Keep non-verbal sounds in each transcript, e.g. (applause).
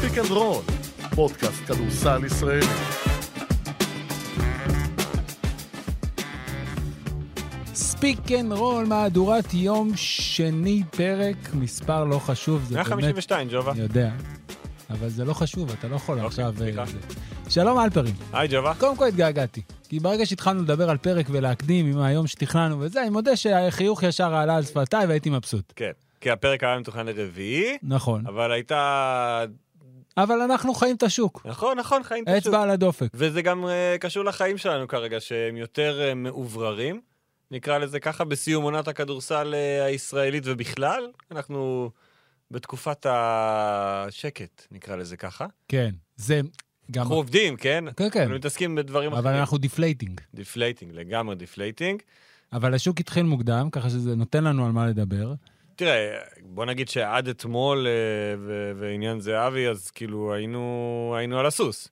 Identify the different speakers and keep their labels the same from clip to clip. Speaker 1: פיק אנד רול, פודקאסט כדורסל ישראלי.
Speaker 2: ספיק אנד רול, מהדורת יום שני פרק, מספר לא חשוב, זה באמת,
Speaker 3: 152, ג'ובה.
Speaker 2: אני יודע, אבל זה לא חשוב, אתה לא יכול
Speaker 3: אוקיי,
Speaker 2: עכשיו... אה,
Speaker 3: סליחה.
Speaker 2: זה. שלום אלפרים,
Speaker 3: היי, ג'ובה.
Speaker 2: קודם כל התגעגעתי, כי ברגע שהתחלנו לדבר על פרק ולהקדים עם היום שתכננו וזה, אני מודה שהחיוך ישר עלה על שפתיי והייתי מבסוט.
Speaker 3: כן, כי הפרק היה מתוכן לרביעי,
Speaker 2: נכון,
Speaker 3: אבל הייתה...
Speaker 2: אבל אנחנו חיים את השוק,
Speaker 3: נכון, נכון, חיים פשוט.
Speaker 2: אצבע על הדופק.
Speaker 3: וזה גם אה, קשור לחיים שלנו כרגע, שהם יותר אה, מאובררים, נקרא לזה ככה, בסיום עונת הכדורסל אה, הישראלית ובכלל. אנחנו בתקופת השקט, נקרא לזה ככה.
Speaker 2: כן, זה גם...
Speaker 3: אנחנו עובדים, כן?
Speaker 2: כן, כן,
Speaker 3: אנחנו מתעסקים בדברים
Speaker 2: אבל
Speaker 3: אחרים.
Speaker 2: אנחנו דיפלייטינג.
Speaker 3: דיפלייטינג, לגמרי דיפלייטינג.
Speaker 2: אבל השוק התחיל מוקדם, ככה שזה נותן לנו על מה לדבר.
Speaker 3: תראה, בוא נגיד שעד אתמול, אה, ו- ועניין זהבי, אז כאילו היינו, היינו על הסוס.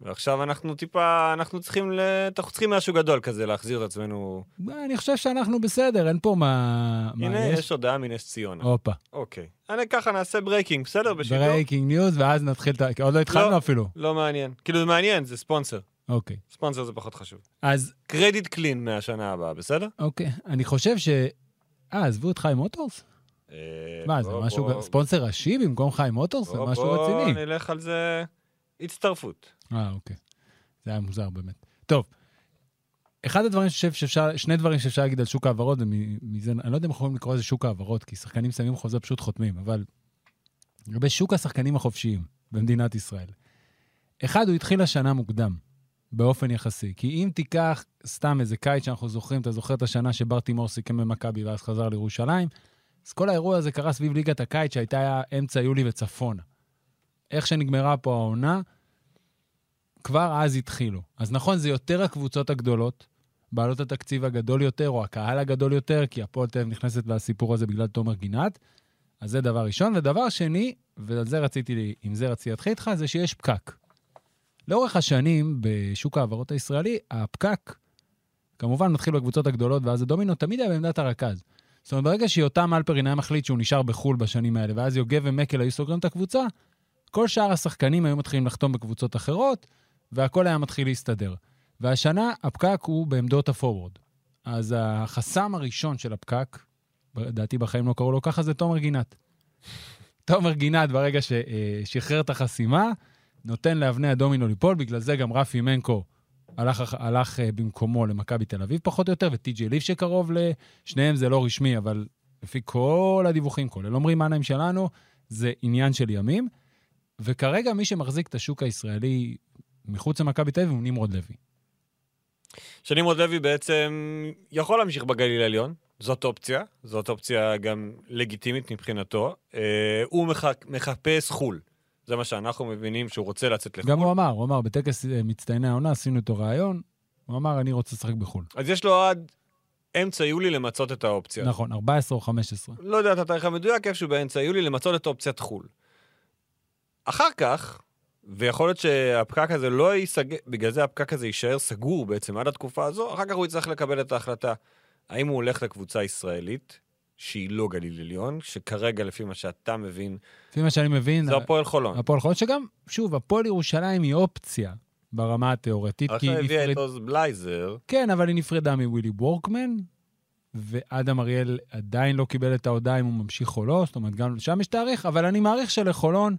Speaker 3: ועכשיו אנחנו טיפה, אנחנו צריכים, ל- אנחנו צריכים משהו גדול כזה להחזיר את עצמנו.
Speaker 2: אני חושב שאנחנו בסדר, אין פה מה... מה
Speaker 3: הנה, יש הודעה מנס ציונה.
Speaker 2: הופה,
Speaker 3: אוקיי. אני ככה נעשה ברייקינג, בסדר? בשידור?
Speaker 2: ברייקינג ניוז, ואז נתחיל את ה... כי עוד לא התחלנו
Speaker 3: לא.
Speaker 2: אפילו.
Speaker 3: לא מעניין. כאילו, זה מעניין, זה ספונסר.
Speaker 2: אוקיי.
Speaker 3: ספונסר זה פחות חשוב.
Speaker 2: אז,
Speaker 3: קרדיט קלין מהשנה הבאה, בסדר?
Speaker 2: אוקיי, אני חושב ש... אה, עזבו את חיים מוטורס?
Speaker 3: אה,
Speaker 2: מה, זה
Speaker 3: בוא,
Speaker 2: משהו...
Speaker 3: בוא,
Speaker 2: ספונסר ראשי במקום חיים מוטורס? זה
Speaker 3: בוא,
Speaker 2: משהו
Speaker 3: בוא
Speaker 2: רציני.
Speaker 3: נלך על זה. הצטרפות.
Speaker 2: אה, אוקיי. זה היה מוזר באמת. טוב. אחד הדברים שאני חושב שאפשר, שני דברים שאפשר להגיד על שוק ההעברות, זה מ- מזה, אני לא יודע אם אנחנו יכולים לקרוא לזה שוק ההעברות, כי שחקנים שמים חוזה פשוט חותמים, אבל לגבי שוק השחקנים החופשיים במדינת ישראל. אחד, הוא התחיל השנה מוקדם, באופן יחסי. כי אם תיקח סתם איזה קיץ שאנחנו זוכרים, אתה זוכר את השנה שבר תימור סיכם במכבי ואז חזר לירושלים, אז כל האירוע הזה קרה סביב ליגת הקיץ שהייתה אמצע יולי וצפונה. איך שנגמרה פה העונה, כבר אז התחילו. אז נכון, זה יותר הקבוצות הגדולות, בעלות התקציב הגדול יותר, או הקהל הגדול יותר, כי הפועל תל אביב נכנסת לסיפור הזה בגלל תומר גינת. אז זה דבר ראשון. ודבר שני, ועל זה רציתי, לי- עם זה רציתי להתחיל איתך, זה שיש פקק. לאורך השנים, בשוק ההעברות הישראלי, הפקק, כמובן, מתחיל בקבוצות הגדולות, ואז הדומינו תמיד היה בעמדת הרכז. זאת אומרת, ברגע שיותם אלפרין היה מחליט שהוא נשאר בחו"ל בשנים האלה, ואז יוגב ומקל היו סוגרים את הקבוצה, כל שאר השחקנים היו מתחילים לחתום בקבוצות אחרות, והכל היה מתחיל להסתדר. והשנה הפקק הוא בעמדות הפורוורד. אז החסם הראשון של הפקק, לדעתי בחיים לא קראו לו ככה, זה תומר גינת. תומר גינת, ברגע ששחרר את החסימה, נותן לאבני הדומינו ליפול, בגלל זה גם רפי מנקו הלך, אח- הלך אה, במקומו למכבי תל אביב פחות או יותר, וטי.ג'י ליף שקרוב לשניהם, זה לא רשמי, אבל לפי כל הדיווחים, כולל עומרי מנהיים שלנו, זה עניין של ימים. וכרגע מי שמחזיק את השוק הישראלי מחוץ למכבי תל אביב הוא נמרוד לוי.
Speaker 3: שנמרוד לוי בעצם יכול להמשיך בגליל העליון, זאת אופציה, זאת אופציה גם לגיטימית מבחינתו. אה, הוא מח- מחפש חו"ל, זה מה שאנחנו מבינים שהוא רוצה לצאת לחו"ל.
Speaker 2: גם הוא אמר, הוא אמר, בטקס אה, מצטייני העונה עשינו איתו ראיון, הוא אמר, אני רוצה לשחק בחו"ל.
Speaker 3: אז יש לו עד אמצע יולי למצות את האופציה.
Speaker 2: נכון, 14 או 15.
Speaker 3: לא יודע את התאריך המדויק, איפשהו באמצע יולי, למצות את אופציית חו"ל. אחר כך, ויכול להיות שהפקק הזה לא ייסגר, בגלל זה הפקק הזה יישאר סגור בעצם עד התקופה הזו, אחר כך הוא יצטרך לקבל את ההחלטה האם הוא הולך לקבוצה הישראלית, שהיא לא גליל עליון, שכרגע, לפי מה שאתה מבין,
Speaker 2: לפי מה שאני מבין, אה,
Speaker 3: זה הפועל חולון.
Speaker 2: הפועל חולון, שגם, שוב, הפועל ירושלים היא אופציה ברמה התיאורטית, כי
Speaker 3: עכשיו
Speaker 2: היא
Speaker 3: לא הביאה
Speaker 2: נפרד...
Speaker 3: את עוז בלייזר,
Speaker 2: כן, אבל היא נפרדה מווילי וורקמן, ואדם אריאל עדיין לא קיבל את ההודעה אם הוא ממשיך או לא, זאת אומרת, גם שם יש תאריך, אבל אני מעריך שלחולון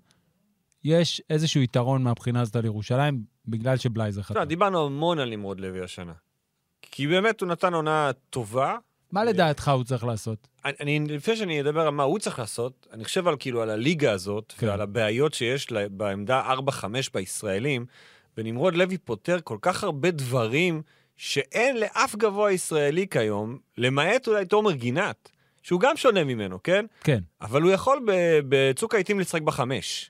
Speaker 2: יש איזשהו יתרון מהבחינה הזאת על ירושלים, בגלל שבלייזר חתם.
Speaker 3: תשמע, דיברנו המון על נמרוד לוי השנה. כי באמת הוא נתן עונה טובה,
Speaker 2: מה לדעתך הוא צריך לעשות?
Speaker 3: אני- אני, לפני שאני אדבר על מה הוא צריך לעשות, אני חושב על כאילו על הליגה הזאת,
Speaker 2: כן.
Speaker 3: ועל הבעיות שיש לה, בעמדה 4-5 בישראלים, ונמרוד לוי פותר כל כך הרבה דברים שאין לאף גבוה ישראלי כיום, למעט אולי תומר גינת, שהוא גם שונה ממנו, כן?
Speaker 2: כן.
Speaker 3: אבל הוא יכול ב- בצוק העיתים לשחק בחמש.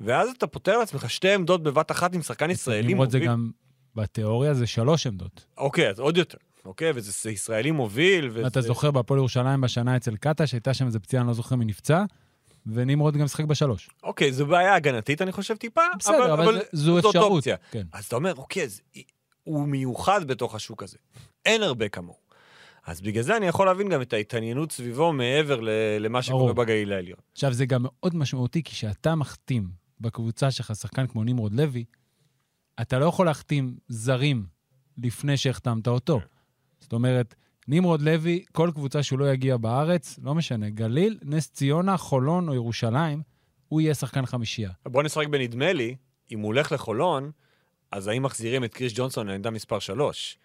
Speaker 3: ואז אתה פותר לעצמך שתי עמדות בבת אחת עם שחקן ישראלי
Speaker 2: למרות זה
Speaker 3: מוביל.
Speaker 2: גם, בתיאוריה זה שלוש עמדות.
Speaker 3: אוקיי, אז עוד יותר. אוקיי, וזה זה ישראלי מוביל, וזה...
Speaker 2: אתה זוכר בהפועל ירושלים בשנה אצל קטש, הייתה שם איזה פציעה, אני לא זוכר מי נפצע, ונמרוד גם שחק בשלוש.
Speaker 3: אוקיי, זו בעיה הגנתית, אני חושב, טיפה.
Speaker 2: בסדר, אבל, זה- זו
Speaker 3: זאת
Speaker 2: אפשרות.
Speaker 3: אופציה.
Speaker 2: כן.
Speaker 3: אז אתה אומר, אוקיי, אז הוא מיוחד בתוך השוק הזה. אין הרבה כמוהו. אז בגלל זה אני יכול להבין גם את ההתעניינות סביבו מעבר ל- למה
Speaker 2: ברור.
Speaker 3: שקורה בגליל העליון.
Speaker 2: עכשיו, זה גם מאוד משמעותי, כי כשאתה מחתים בקבוצה שלך שחקן כמו נמרוד לוי, אתה לא יכול להחתים זרים לפני שהחתמת
Speaker 3: כן.
Speaker 2: אותו. זאת אומרת, נמרוד לוי, כל קבוצה שהוא לא יגיע בארץ, לא משנה, גליל, נס ציונה, חולון או ירושלים, הוא יהיה שחקן חמישייה.
Speaker 3: בוא נשחק בנדמה לי, אם הוא הולך לחולון, אז האם מחזירים את קריש ג'ונסון לעמדה מספר 3?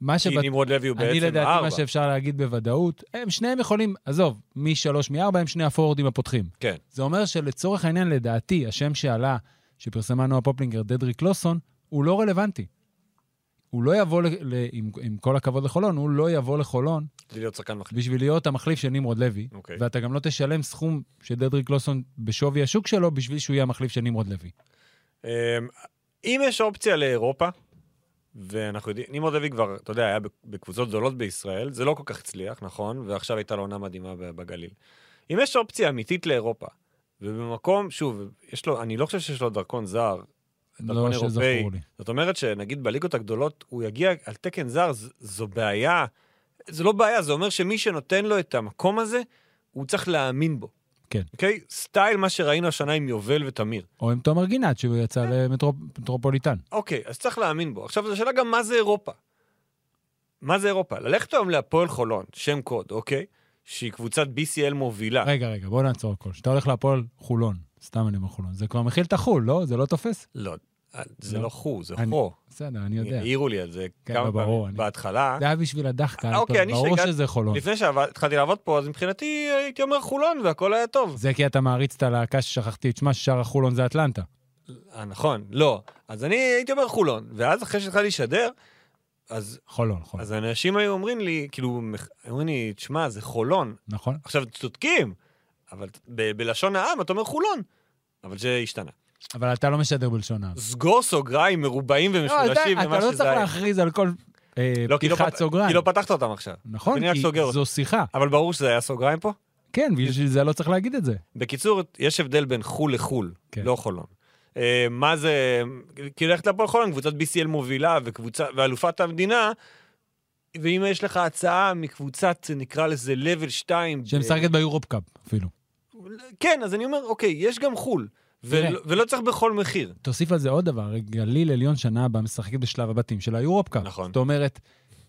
Speaker 2: מה
Speaker 3: כי
Speaker 2: שבט...
Speaker 3: נמרוד לוי הוא
Speaker 2: אני
Speaker 3: בעצם
Speaker 2: לדעתי
Speaker 3: 4.
Speaker 2: מה שאפשר להגיד בוודאות, הם שניהם יכולים, עזוב, משלוש, מארבע הם שני הפורורדים הפותחים.
Speaker 3: כן.
Speaker 2: זה אומר שלצורך העניין, לדעתי, השם שעלה, שפרסמה נועה פופלינגר, דדריק לוסון, הוא לא רלוונטי. הוא לא יבוא, ל... ל... עם... עם כל הכבוד לחולון, הוא לא יבוא לחולון
Speaker 3: בלי להיות שחקן מחליף.
Speaker 2: בשביל להיות המחליף של נמרוד לוי,
Speaker 3: אוקיי.
Speaker 2: ואתה גם לא תשלם סכום שדדריק לוסון בשווי השוק שלו בשביל שהוא יהיה המחליף של נמרוד לוי.
Speaker 3: אמ, אם יש אופציה לאירופה, ואנחנו יודעים, נמרוד לוי כבר, אתה יודע, היה בקבוצות גדולות בישראל, זה לא כל כך הצליח, נכון? ועכשיו הייתה לו עונה מדהימה ב- בגליל. אם יש אופציה אמיתית לאירופה, ובמקום, שוב, יש לו, אני לא חושב שיש לו דרכון זר, דרכון
Speaker 2: לא
Speaker 3: אירופאי.
Speaker 2: שזכור לי.
Speaker 3: זאת אומרת שנגיד בליגות הגדולות, הוא יגיע על תקן זר, ז- זו בעיה. זה לא בעיה, זה אומר שמי שנותן לו את המקום הזה, הוא צריך להאמין בו.
Speaker 2: כן.
Speaker 3: אוקיי? סטייל מה שראינו השנה עם יובל ותמיר.
Speaker 2: או עם תומר גינת, שהוא יצא
Speaker 3: אה.
Speaker 2: למטרופוליטן.
Speaker 3: אוקיי, אז צריך להאמין בו. עכשיו, זו שאלה גם מה זה אירופה. מה זה אירופה? ללכת היום להפועל חולון, שם קוד, אוקיי? שהיא קבוצת BCL מובילה.
Speaker 2: רגע, רגע, בוא נעצור הכל. כשאתה הולך להפועל חולון, סתם אני אומר חולון, זה כבר מכיל את החול, לא? זה לא תופס?
Speaker 3: לא, זה
Speaker 2: לא.
Speaker 3: לא חו, זה
Speaker 2: אני-
Speaker 3: חו.
Speaker 2: בסדר, אני יודע.
Speaker 3: העירו לי על זה
Speaker 2: כן,
Speaker 3: כמה
Speaker 2: לא, ברור,
Speaker 3: פעמים
Speaker 2: אני-
Speaker 3: בהתחלה.
Speaker 2: זה היה בשביל הדחקה,
Speaker 3: אה,
Speaker 2: אני
Speaker 3: אוקיי,
Speaker 2: טוב,
Speaker 3: אני
Speaker 2: ברור
Speaker 3: שהגעתי-
Speaker 2: שזה חולון.
Speaker 3: לפני שהתחלתי לעבוד פה, אז מבחינתי הייתי אומר חולון והכל היה טוב.
Speaker 2: זה כי אתה מעריץ את הלהקה ששכחתי את שמה, ששרה חולון זה אטלנטה.
Speaker 3: אה, נכון, לא. אז אני הייתי אומר חולון, ואז אחרי שהתחלתי לשדר, אז
Speaker 2: חולון, חולון.
Speaker 3: אז אנשים היו אומרים לי, כאילו, מח- היו אומרים לי, תשמע, זה חולון.
Speaker 2: נכון?
Speaker 3: עכשיו, צודקים, אבל ב- בלשון העם אתה אומר חולון. אבל זה השתנה.
Speaker 2: אבל אתה לא משדר בלשון העם.
Speaker 3: סגור סוגריים מרובעים
Speaker 2: לא, אתה
Speaker 3: ומשולשים
Speaker 2: אתה
Speaker 3: ומה
Speaker 2: לא צריך
Speaker 3: שזה היה.
Speaker 2: להכריז על כל אה,
Speaker 3: לא, כי לא
Speaker 2: פתיחת
Speaker 3: פת- כי
Speaker 2: סוגריים.
Speaker 3: לא פתחת אותם עכשיו.
Speaker 2: נכון,
Speaker 3: אני רק
Speaker 2: כי
Speaker 3: סוגר
Speaker 2: זו שיחה.
Speaker 3: אבל ברור שזה היה סוגריים פה.
Speaker 2: כן, בשביל זה לא צריך להגיד את זה.
Speaker 3: בקיצור, יש הבדל בין חו"ל לחו"ל,
Speaker 2: כן.
Speaker 3: לא חולון. אה, מה זה, כי ללכת לפועל חולון, קבוצת BCL מובילה וקבוצה, ואלופת המדינה, ואם יש לך הצעה מקבוצת, נקרא לזה level 2...
Speaker 2: שמשחקת ביורופ קאפ אפילו.
Speaker 3: כן, אז אני אומר, אוקיי, יש גם חו"ל,
Speaker 2: תראה.
Speaker 3: ולא- ולא צריך בכל מחיר.
Speaker 2: תוסיף על זה עוד דבר, הרי גליל עליון שנה הבאה משחקת בשלב הבתים של היורופ קאפ.
Speaker 3: נכון.
Speaker 2: זאת אומרת,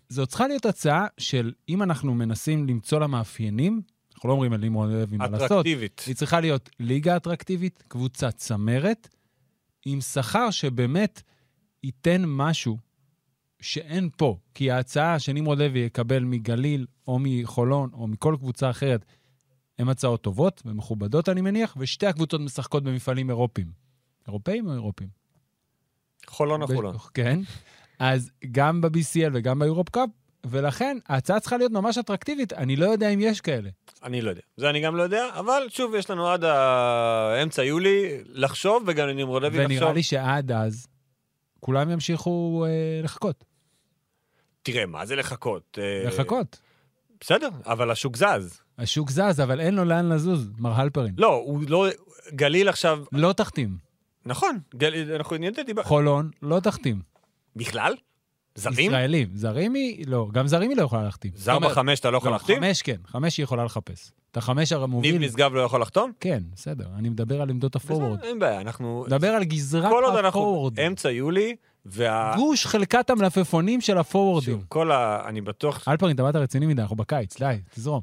Speaker 2: זו צריכה להיות הצעה של אם אנחנו מנסים למצוא לה מאפיינים, אנחנו לא אומרים על לימון לוי מה לעשות,
Speaker 3: אטרקטיבית.
Speaker 2: היא צריכה להיות ליגה אטרקטיבית, קבוצה צמרת, עם שכר שבאמת ייתן משהו שאין פה. כי ההצעה שנמרוד לוי יקבל מגליל או מחולון או מכל קבוצה אחרת, הן הצעות טובות ומכובדות, אני מניח, ושתי הקבוצות משחקות במפעלים אירופיים. אירופאים או אירופיים?
Speaker 3: חולון או
Speaker 2: ב-
Speaker 3: חולון.
Speaker 2: כן. אז גם ב-BCL וגם ביורופ קאפ, ולכן ההצעה צריכה להיות ממש אטרקטיבית. אני לא יודע אם יש כאלה.
Speaker 3: אני לא יודע. זה אני גם לא יודע, אבל שוב, יש לנו עד האמצע יולי לחשוב, וגם לנמרוד לוי לחשוב.
Speaker 2: ונראה לי שעד אז כולם ימשיכו אה, לחכות.
Speaker 3: תראה, מה זה לחכות? אה,
Speaker 2: לחכות.
Speaker 3: בסדר, אבל השוק זז.
Speaker 2: השוק זז, אבל אין לו לאן לזוז, מר הלפרין.
Speaker 3: לא, הוא לא... גליל עכשיו...
Speaker 2: לא תחתים.
Speaker 3: נכון, גליל, אנחנו נהיית דיבר...
Speaker 2: חולון, לא תחתים.
Speaker 3: בכלל? זרים?
Speaker 2: ישראלים. זרים היא, לא, גם זרים היא לא יכולה להחתים.
Speaker 3: זר
Speaker 2: זאת אומרת,
Speaker 3: בחמש אתה לא יכול
Speaker 2: לא,
Speaker 3: להחתים?
Speaker 2: חמש כן, חמש היא יכולה לחפש. את החמש
Speaker 3: ניב
Speaker 2: המוביל.
Speaker 3: משגב לא יכול לחתום?
Speaker 2: כן, בסדר, אני מדבר על עמדות הפורוורד.
Speaker 3: בסדר, אין בעיה, אנחנו...
Speaker 2: מדבר על גזרת
Speaker 3: כל עוד אנחנו
Speaker 2: הפורוורד.
Speaker 3: אמצע יולי, וה...
Speaker 2: גוש חלקת המלפפונים של
Speaker 3: שוב,
Speaker 2: הפורורדים.
Speaker 3: כל ה... אני בטוח,
Speaker 2: הלפרין, אתה באת רציני מדי, אנחנו בקיץ, די, תזרום.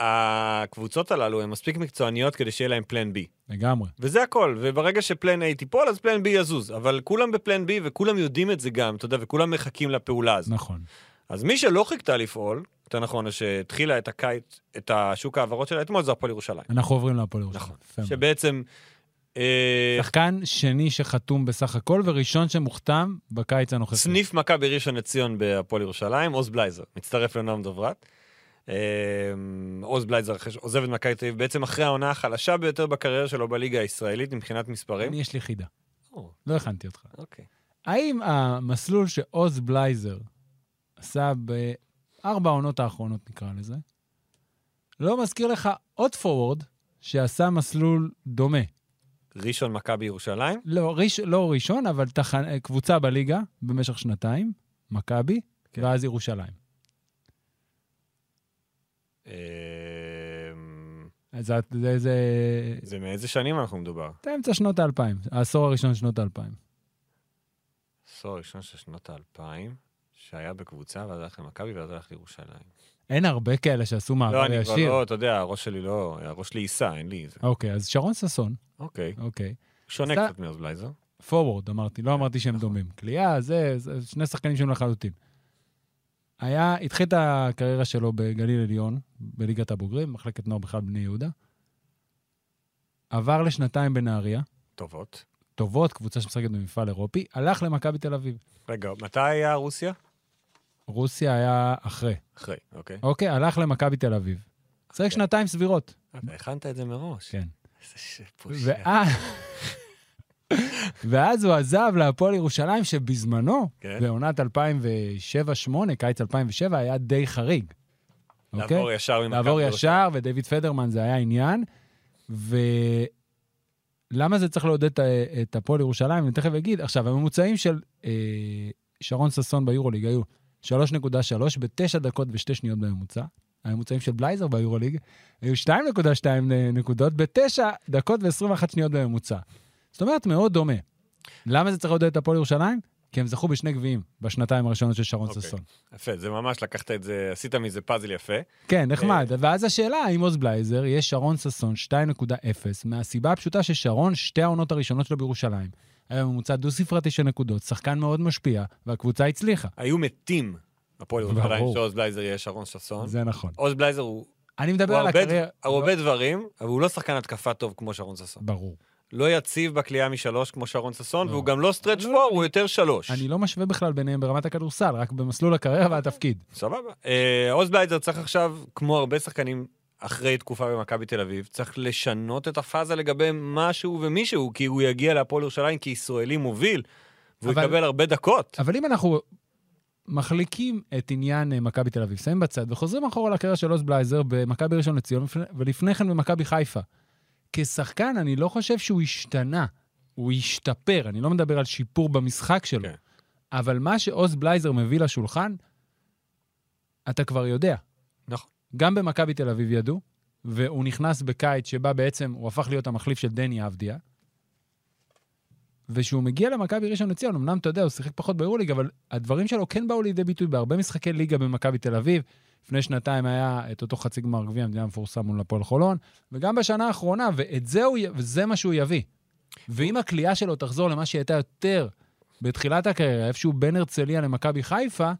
Speaker 3: הקבוצות הללו הן מספיק מקצועניות כדי שיהיה להם פלן בי.
Speaker 2: לגמרי.
Speaker 3: וזה הכל, וברגע שפלן A תיפול, אז פלן B יזוז. אבל כולם בפלן B, וכולם יודעים את זה גם, אתה יודע, וכולם מחכים לפעולה הזאת.
Speaker 2: נכון.
Speaker 3: אז מי שלא חיכתה לפעול, יותר נכון, שהתחילה את הקיץ, את השוק ההעברות שלה אתמול, זה הפועל ירושלים.
Speaker 2: אנחנו עוברים להפועל ירושלים.
Speaker 3: נכון.
Speaker 2: יפה מאוד.
Speaker 3: שבעצם... אה,
Speaker 2: שחקן שני שחתום בסך הכל, וראשון שמוכתם בקיץ הנוכחי.
Speaker 3: סניף מכבי ראשון לציון בהפועל ירושלים, עוז בלייזר, מצטרף לנועם דוברת. אה, עוז בלייזר אחרי ש- עוזב את מכבי תל אביב, בעצם אחרי העונה החלשה ביותר בקריירה שלו בליגה הישראלית מבחינת מספרים.
Speaker 2: אני, יש לי חידה.
Speaker 3: או,
Speaker 2: לא הכנתי אותך.
Speaker 3: אוקיי.
Speaker 2: האם המסלול שעוז בלייזר עשה בארבע העונות האחרונות, נקרא לזה, לא מזכיר לך עוד פורוורד שעשה מסלול דומה?
Speaker 3: ראשון מכבי ירושלים,
Speaker 2: לא, ראש, לא ראשון, אבל תח... קבוצה בליגה במשך שנתיים, מכבי,
Speaker 3: כן.
Speaker 2: ואז ירושלים.
Speaker 3: אה,
Speaker 2: אז זה, זה, זה,
Speaker 3: זה מאיזה שנים אנחנו מדובר?
Speaker 2: זה אמצע שנות האלפיים, העשור הראשון של שנות האלפיים.
Speaker 3: עשור הראשון של שנות האלפיים, שהיה בקבוצה, ואז הלך למכבי ואז הלך לירושלים.
Speaker 2: אין הרבה כאלה שעשו מעבר
Speaker 3: לא, אני כבר
Speaker 2: ישיר.
Speaker 3: לא, אתה יודע, הראש שלי לא, הראש שלי ייסע, אין לי איזה.
Speaker 2: אוקיי, אז שרון ששון,
Speaker 3: אוקיי.
Speaker 2: אוקיי.
Speaker 3: שונה
Speaker 2: אתה-
Speaker 3: קצת מאזבלייזר.
Speaker 2: פורוורד אמרתי, לא אמרתי שהם דומים. קליעה, זה, זה שני שחקנים שהם לחלוטין. היה, התחיל את הקריירה שלו בגליל עליון, בליגת הבוגרים, מחלקת נוער בכלל בני יהודה. עבר לשנתיים בנהריה,
Speaker 3: טובות.
Speaker 2: טובות, קבוצה שמשחקת במפעל אירופי, הלך למכבי תל אביב.
Speaker 3: רגע, מתי היה רוסיה?
Speaker 2: רוסיה היה אחרי.
Speaker 3: אחרי, אוקיי.
Speaker 2: אוקיי, הלך למכבי תל אביב. צריך שנתיים סבירות.
Speaker 3: אתה הכנת את זה מראש.
Speaker 2: כן. אה,
Speaker 3: איזה שפושע.
Speaker 2: ואז... (laughs) ואז הוא עזב להפועל ירושלים, שבזמנו,
Speaker 3: כן.
Speaker 2: בעונת 2007-2008, קיץ 2007, היה די חריג. אוקיי?
Speaker 3: לעבור ישר ממכבי.
Speaker 2: לעבור
Speaker 3: לירושלים.
Speaker 2: ישר, ודייוויד פדרמן זה היה עניין. ולמה זה צריך לעודד את ה- את הפועל ירושלים? אני תכף אגיד. עכשיו, הממוצעים של אה, שרון ששון ביורוליג היו 3.3 בתשע דקות ושתי שניות בממוצע. הממוצעים של בלייזר ביורוליג היו 2.2 נקודות בתשע דקות ו-21 שניות בממוצע. זאת אומרת, מאוד דומה. למה זה צריך לעודד את הפועל ירושלים? כי הם זכו בשני גביעים בשנתיים הראשונות של שרון
Speaker 3: אוקיי.
Speaker 2: ששון.
Speaker 3: יפה, זה ממש לקחת את זה, עשית מזה פאזל יפה.
Speaker 2: כן, נחמד.
Speaker 3: אה,
Speaker 2: ואז השאלה, האם עוז בלייזר יהיה שרון ששון 2.0, מהסיבה הפשוטה ששרון, שתי העונות הראשונות שלו בירושלים, היה ממוצע דו-ספרתי של נקודות, שחקן מאוד משפיע, והקבוצה הצליחה.
Speaker 3: היו מתים, הפועל ירושלים,
Speaker 2: ברור.
Speaker 3: שעוז בלייזר יהיה שרון ששון.
Speaker 2: זה נכון.
Speaker 3: עוז בלייזר הוא
Speaker 2: אני מדבר
Speaker 3: הוא
Speaker 2: על
Speaker 3: הרבה-
Speaker 2: הקריירה...
Speaker 3: הוא הרבה דברים, אבל הוא לא שחקן התקפה טוב כמו שרון ששון.
Speaker 2: ברור.
Speaker 3: לא יציב בקליעה משלוש כמו שרון ששון,
Speaker 2: לא.
Speaker 3: והוא גם לא סטרץ'
Speaker 2: לא,
Speaker 3: פור, הוא יותר שלוש.
Speaker 2: אני לא משווה בכלל ביניהם ברמת הכדורסל, רק במסלול הקריירה והתפקיד.
Speaker 3: סבבה. אה, עוז בלייזר צריך עכשיו, כמו הרבה שחקנים אחרי תקופה במכבי תל אביב, צריך לשנות את הפאזה לגבי משהו ומישהו, כי הוא יגיע להפועל ירושלים כישראלי מוביל, והוא
Speaker 2: אבל-
Speaker 3: יקבל הרבה דקות.
Speaker 2: אבל אם אנחנו מחליקים את עניין אה, מכבי תל אביב, שמים בצד וחוזרים אחורה לקריירה של עוז בלייזר במכבי ראשון לציון ולפני- ולפני כן במכבי חיפה. כשחקן אני לא חושב שהוא השתנה, הוא השתפר, אני לא מדבר על שיפור במשחק שלו,
Speaker 3: כן.
Speaker 2: אבל מה שעוז בלייזר מביא לשולחן, אתה כבר יודע.
Speaker 3: נכון.
Speaker 2: גם במכבי תל אביב ידעו, והוא נכנס בקיץ שבה בעצם הוא הפך להיות המחליף של דני אבדיה. וכשהוא מגיע למכבי ראשון לציון, אמנם אתה יודע, הוא שיחק פחות ביורוליג, אבל הדברים שלו כן באו לידי ביטוי בהרבה משחקי ליגה במכבי תל אביב. לפני שנתיים היה את אותו חצי גמר גביע המדינה המפורסם מול הפועל חולון, וגם בשנה האחרונה, ואת זה הוא, י- וזה מה שהוא יביא. ואם הכלייה שלו תחזור למה שהיא הייתה יותר בתחילת הקריירה, איפשהו בין הרצליה למכבי חיפה,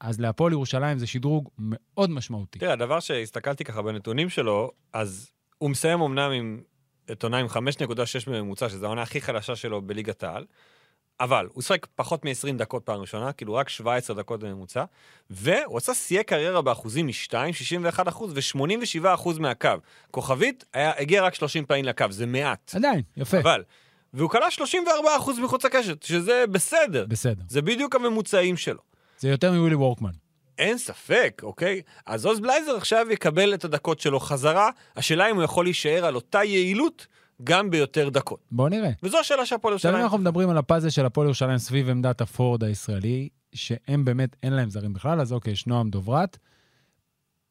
Speaker 2: אז להפועל ירושלים זה שדרוג מאוד משמעותי.
Speaker 3: תראה, הדבר שהסתכלתי ככה בנתונים שלו, אז הוא מסיים אמנם עם את עונה עם 5.6 בממוצע, שזו העונה הכי חלשה שלו בליגת העל, אבל הוא שחק פחות מ-20 דקות פעם ראשונה, כאילו רק 17 דקות בממוצע, והוא עשה שיאי קריירה באחוזים משתיים, 61 אחוז ו-87 אחוז מהקו. כוכבית, היה, הגיע רק 30 פעמים לקו, זה מעט,
Speaker 2: עדיין, יפה,
Speaker 3: אבל... והוא כלה 34 אחוז מחוץ לקשת, שזה בסדר.
Speaker 2: בסדר.
Speaker 3: זה בדיוק הממוצעים שלו.
Speaker 2: זה יותר מווילי וורקמן.
Speaker 3: אין ספק, אוקיי? אז עוז בלייזר עכשיו יקבל את הדקות שלו חזרה, השאלה אם הוא יכול להישאר על אותה יעילות גם ביותר דקות.
Speaker 2: בואו נראה.
Speaker 3: וזו השאלה שהפועל
Speaker 2: עכשיו, אם
Speaker 3: ירושלים...
Speaker 2: אנחנו מדברים על הפאזל של הפועל ירושלים סביב עמדת הפורד הישראלי, שהם באמת, אין להם זרים בכלל, אז אוקיי, יש נועם דוברת.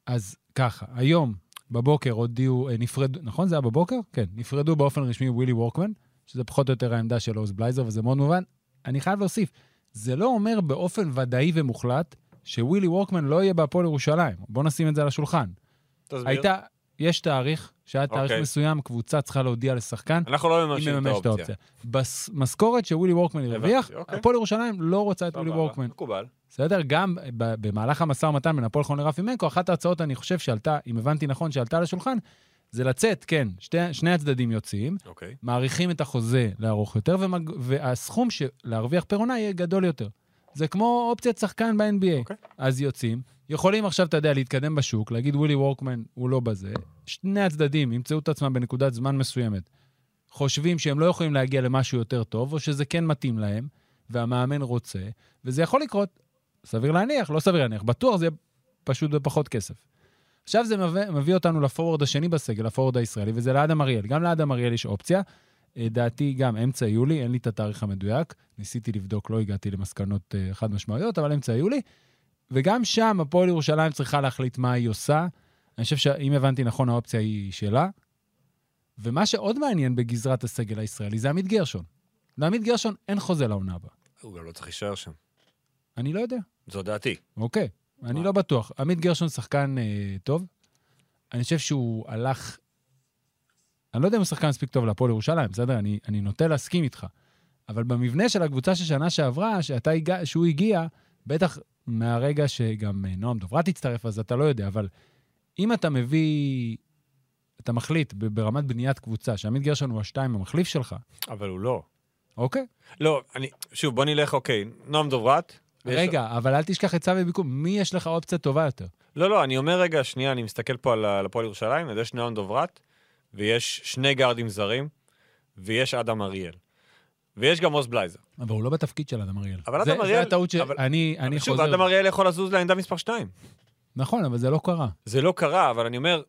Speaker 2: אז ככה, היום בבוקר הודיעו, אה, נפרדו, נכון? זה היה בבוקר? כן. נפרדו באופן רשמי ווילי וורקמן, שזה פחות או יותר העמדה של עוז בלייזר, וזה מאוד מובן. אני חייב להוסיף, זה לא אומר באופן ודאי ומוחלט שווילי וורקמן לא יהיה בהפועל ירושלים. בואו נשים את זה על השולחן.
Speaker 3: תסביר.
Speaker 2: הייתה, יש תאריך, שהיה תאריך
Speaker 3: אוקיי.
Speaker 2: מסוים, קבוצה צריכה להודיע לשחקן,
Speaker 3: אנחנו לא
Speaker 2: אם
Speaker 3: מממשים
Speaker 2: מממש את האופציה. במשכורת שווילי וורקמן
Speaker 3: הבנתי,
Speaker 2: הרוויח,
Speaker 3: אוקיי.
Speaker 2: הפועל ירושלים לא רוצה את ווילי
Speaker 3: סבבה,
Speaker 2: וורקמן.
Speaker 3: מקובל.
Speaker 2: בסדר? גם ב- במהלך המשא ומתן בין הפועל חון לרפי מנקו, אחת ההצעות, אני חושב שעלתה, אם הבנתי נכון, שעלתה לשולחן, זה לצאת, כן, שתי, שני הצדדים יוצאים,
Speaker 3: אוקיי.
Speaker 2: מעריכים את החוזה לארוך יותר, ומג... והסכום של- להרוויח פר עונה יהיה גדול יותר. זה כמו אופציית שחקן ב-NBA.
Speaker 3: אוקיי.
Speaker 2: אז יוצאים, יכולים עכשיו, אתה יודע, להתקדם בשוק, להגיד ווילי וורקמן הוא לא בזה, שני הצדדים ימצאו את עצמם בנקודת זמן מסוימת. חושבים שהם לא יכולים להגיע למשהו יותר טוב, או שזה כן מתאים להם, והמאמן רוצה, וזה יכול לקרות. סביר להניח, לא סביר להניח, בטוח זה יהיה פשוט בפחות כסף. עכשיו זה מביא, מביא אותנו לפורוורד השני בסגל, הפורוורד הישראלי, וזה לאדם אריאל. גם לאדם אריאל יש אופציה. אה, דעתי גם אמצע יולי, אין לי את התאריך המדויק. ניסיתי לבדוק, לא הגעתי למסקנות אה, חד משמעיות, אבל אמצע יולי. וגם שם הפועל ירושלים צריכה להחליט מה היא עושה. אני חושב שאם הבנתי נכון, האופציה היא שלה. ומה שעוד מעניין בגזרת הסגל הישראלי זה עמית גרשון. לעמית גרשון אין חוזה לעונה הבאה.
Speaker 3: הוא גם לא צריך להישאר שם.
Speaker 2: אני לא יודע.
Speaker 3: זו דעתי.
Speaker 2: אוקיי, אני
Speaker 3: מה?
Speaker 2: לא בטוח. עמית גרשון שחקן אה, טוב. אני חושב שהוא הלך... אני לא יודע אם הוא שחקן מספיק טוב להפועל ירושלים, בסדר? אני, אני נוטה להסכים איתך. אבל במבנה של הקבוצה של שנה שעברה, שאתה הגע, שהוא הגיע, בטח מהרגע שגם אה, נועם דוברת הצטרף, אז אתה לא יודע, אבל אם אתה מביא... אתה מחליט ב- ברמת בניית קבוצה, שעמית גרשון הוא השתיים המחליף שלך,
Speaker 3: אבל הוא לא.
Speaker 2: אוקיי?
Speaker 3: לא, אני... שוב, בוא נלך, אוקיי. נועם דוברת. ויש-
Speaker 2: רגע, אבל אל תשכח את צו וביקום, מי יש לך אופציה טובה יותר?
Speaker 3: לא, לא, אני אומר רגע, שנייה, אני מסתכל פה על ה- על הפועל ירושלים, אז יש נועם דוברת, ויש שני גארדים זרים, ויש אדם אריאל. ויש גם עוז בלייזר.
Speaker 2: אבל הוא לא בתפקיד של אדם אריאל.
Speaker 3: אבל
Speaker 2: זה-
Speaker 3: אדם אריאל-
Speaker 2: זה הטעות ש...
Speaker 3: אבל-
Speaker 2: אני, אני
Speaker 3: שוב,
Speaker 2: חוזר...
Speaker 3: אדם אריאל יכול לזוז לעמדה מספר 2.
Speaker 2: נכון, אבל זה לא קרה.
Speaker 3: זה לא קרה, אבל אני אומר,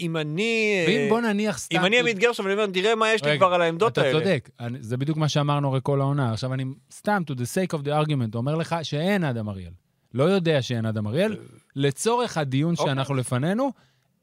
Speaker 3: אם אני...
Speaker 2: ואם בוא נניח סתם...
Speaker 3: אה, אם אני עמית גרשון, אני אומר, תראה מה יש לי
Speaker 2: רגע,
Speaker 3: כבר על העמדות
Speaker 2: אתה
Speaker 3: האלה.
Speaker 2: צודק, אני- זה בדיוק מה שאמרנו הרי כל העונה. עכשיו אני סתם, to the sake of the argument, אומר לך שאין אדם אריאל. לא יודע שאין אדם אריאל. לצורך הדיון
Speaker 3: אוקיי.
Speaker 2: שאנחנו לפנינו,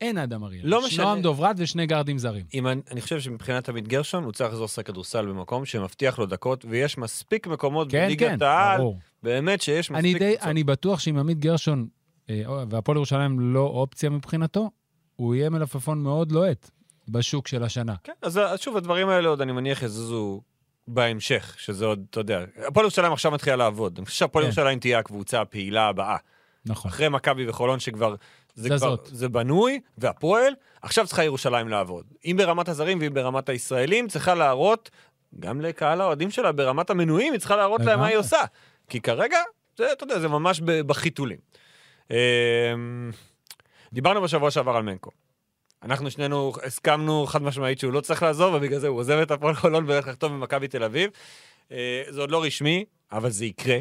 Speaker 2: אין אדם אריאל.
Speaker 3: לא משנה.
Speaker 2: נועם דוברת ושני גארדים זרים.
Speaker 3: אם אני, אני חושב שמבחינת עמית גרשון, הוא צריך לחזור לשחק כדורסל במקום שמבטיח לו דקות, ויש מספיק מקומות
Speaker 2: כן,
Speaker 3: בליגת
Speaker 2: כן,
Speaker 3: העל,
Speaker 2: ברור.
Speaker 3: באמת שיש מספיק...
Speaker 2: אני, די,
Speaker 3: קבוצות.
Speaker 2: אני בטוח שאם עמית גרשון אה, והפועל ירושלים לא אופציה מבחינתו, הוא יהיה מלפפון מאוד לוהט בשוק של השנה.
Speaker 3: כן, אז אז שוב, הדברים האלה עוד, אני מניח, יזוזו בהמשך, שזה עוד, אתה יודע, הפועל ירושלים עכשיו מתחילה לעבוד. אני חושב שהפועל
Speaker 2: כן.
Speaker 3: ירושלים תהיה הקבוצה הפעילה הבאה.
Speaker 2: נכון.
Speaker 3: אחרי מכבי וחולון שכבר... זה כבר,
Speaker 2: זזות.
Speaker 3: זה בנוי, והפועל, עכשיו צריכה ירושלים לעבוד. אם ברמת הזרים ואם ברמת הישראלים, צריכה להראות, גם לקהל האוהדים שלה, ברמת המנויים, היא צריכה להראות להם מה
Speaker 2: לגמרי.
Speaker 3: היא עושה. כי כרגע, זה, אתה יודע, זה ממש ב- בחיתולים. אמ, דיברנו בשבוע שעבר על מנקו. אנחנו שנינו הסכמנו חד משמעית שהוא לא צריך לעזוב, ובגלל זה הוא עוזב את הפועל חולון והולך לחתום במכבי תל אביב. אה, זה עוד לא רשמי, אבל זה יקרה.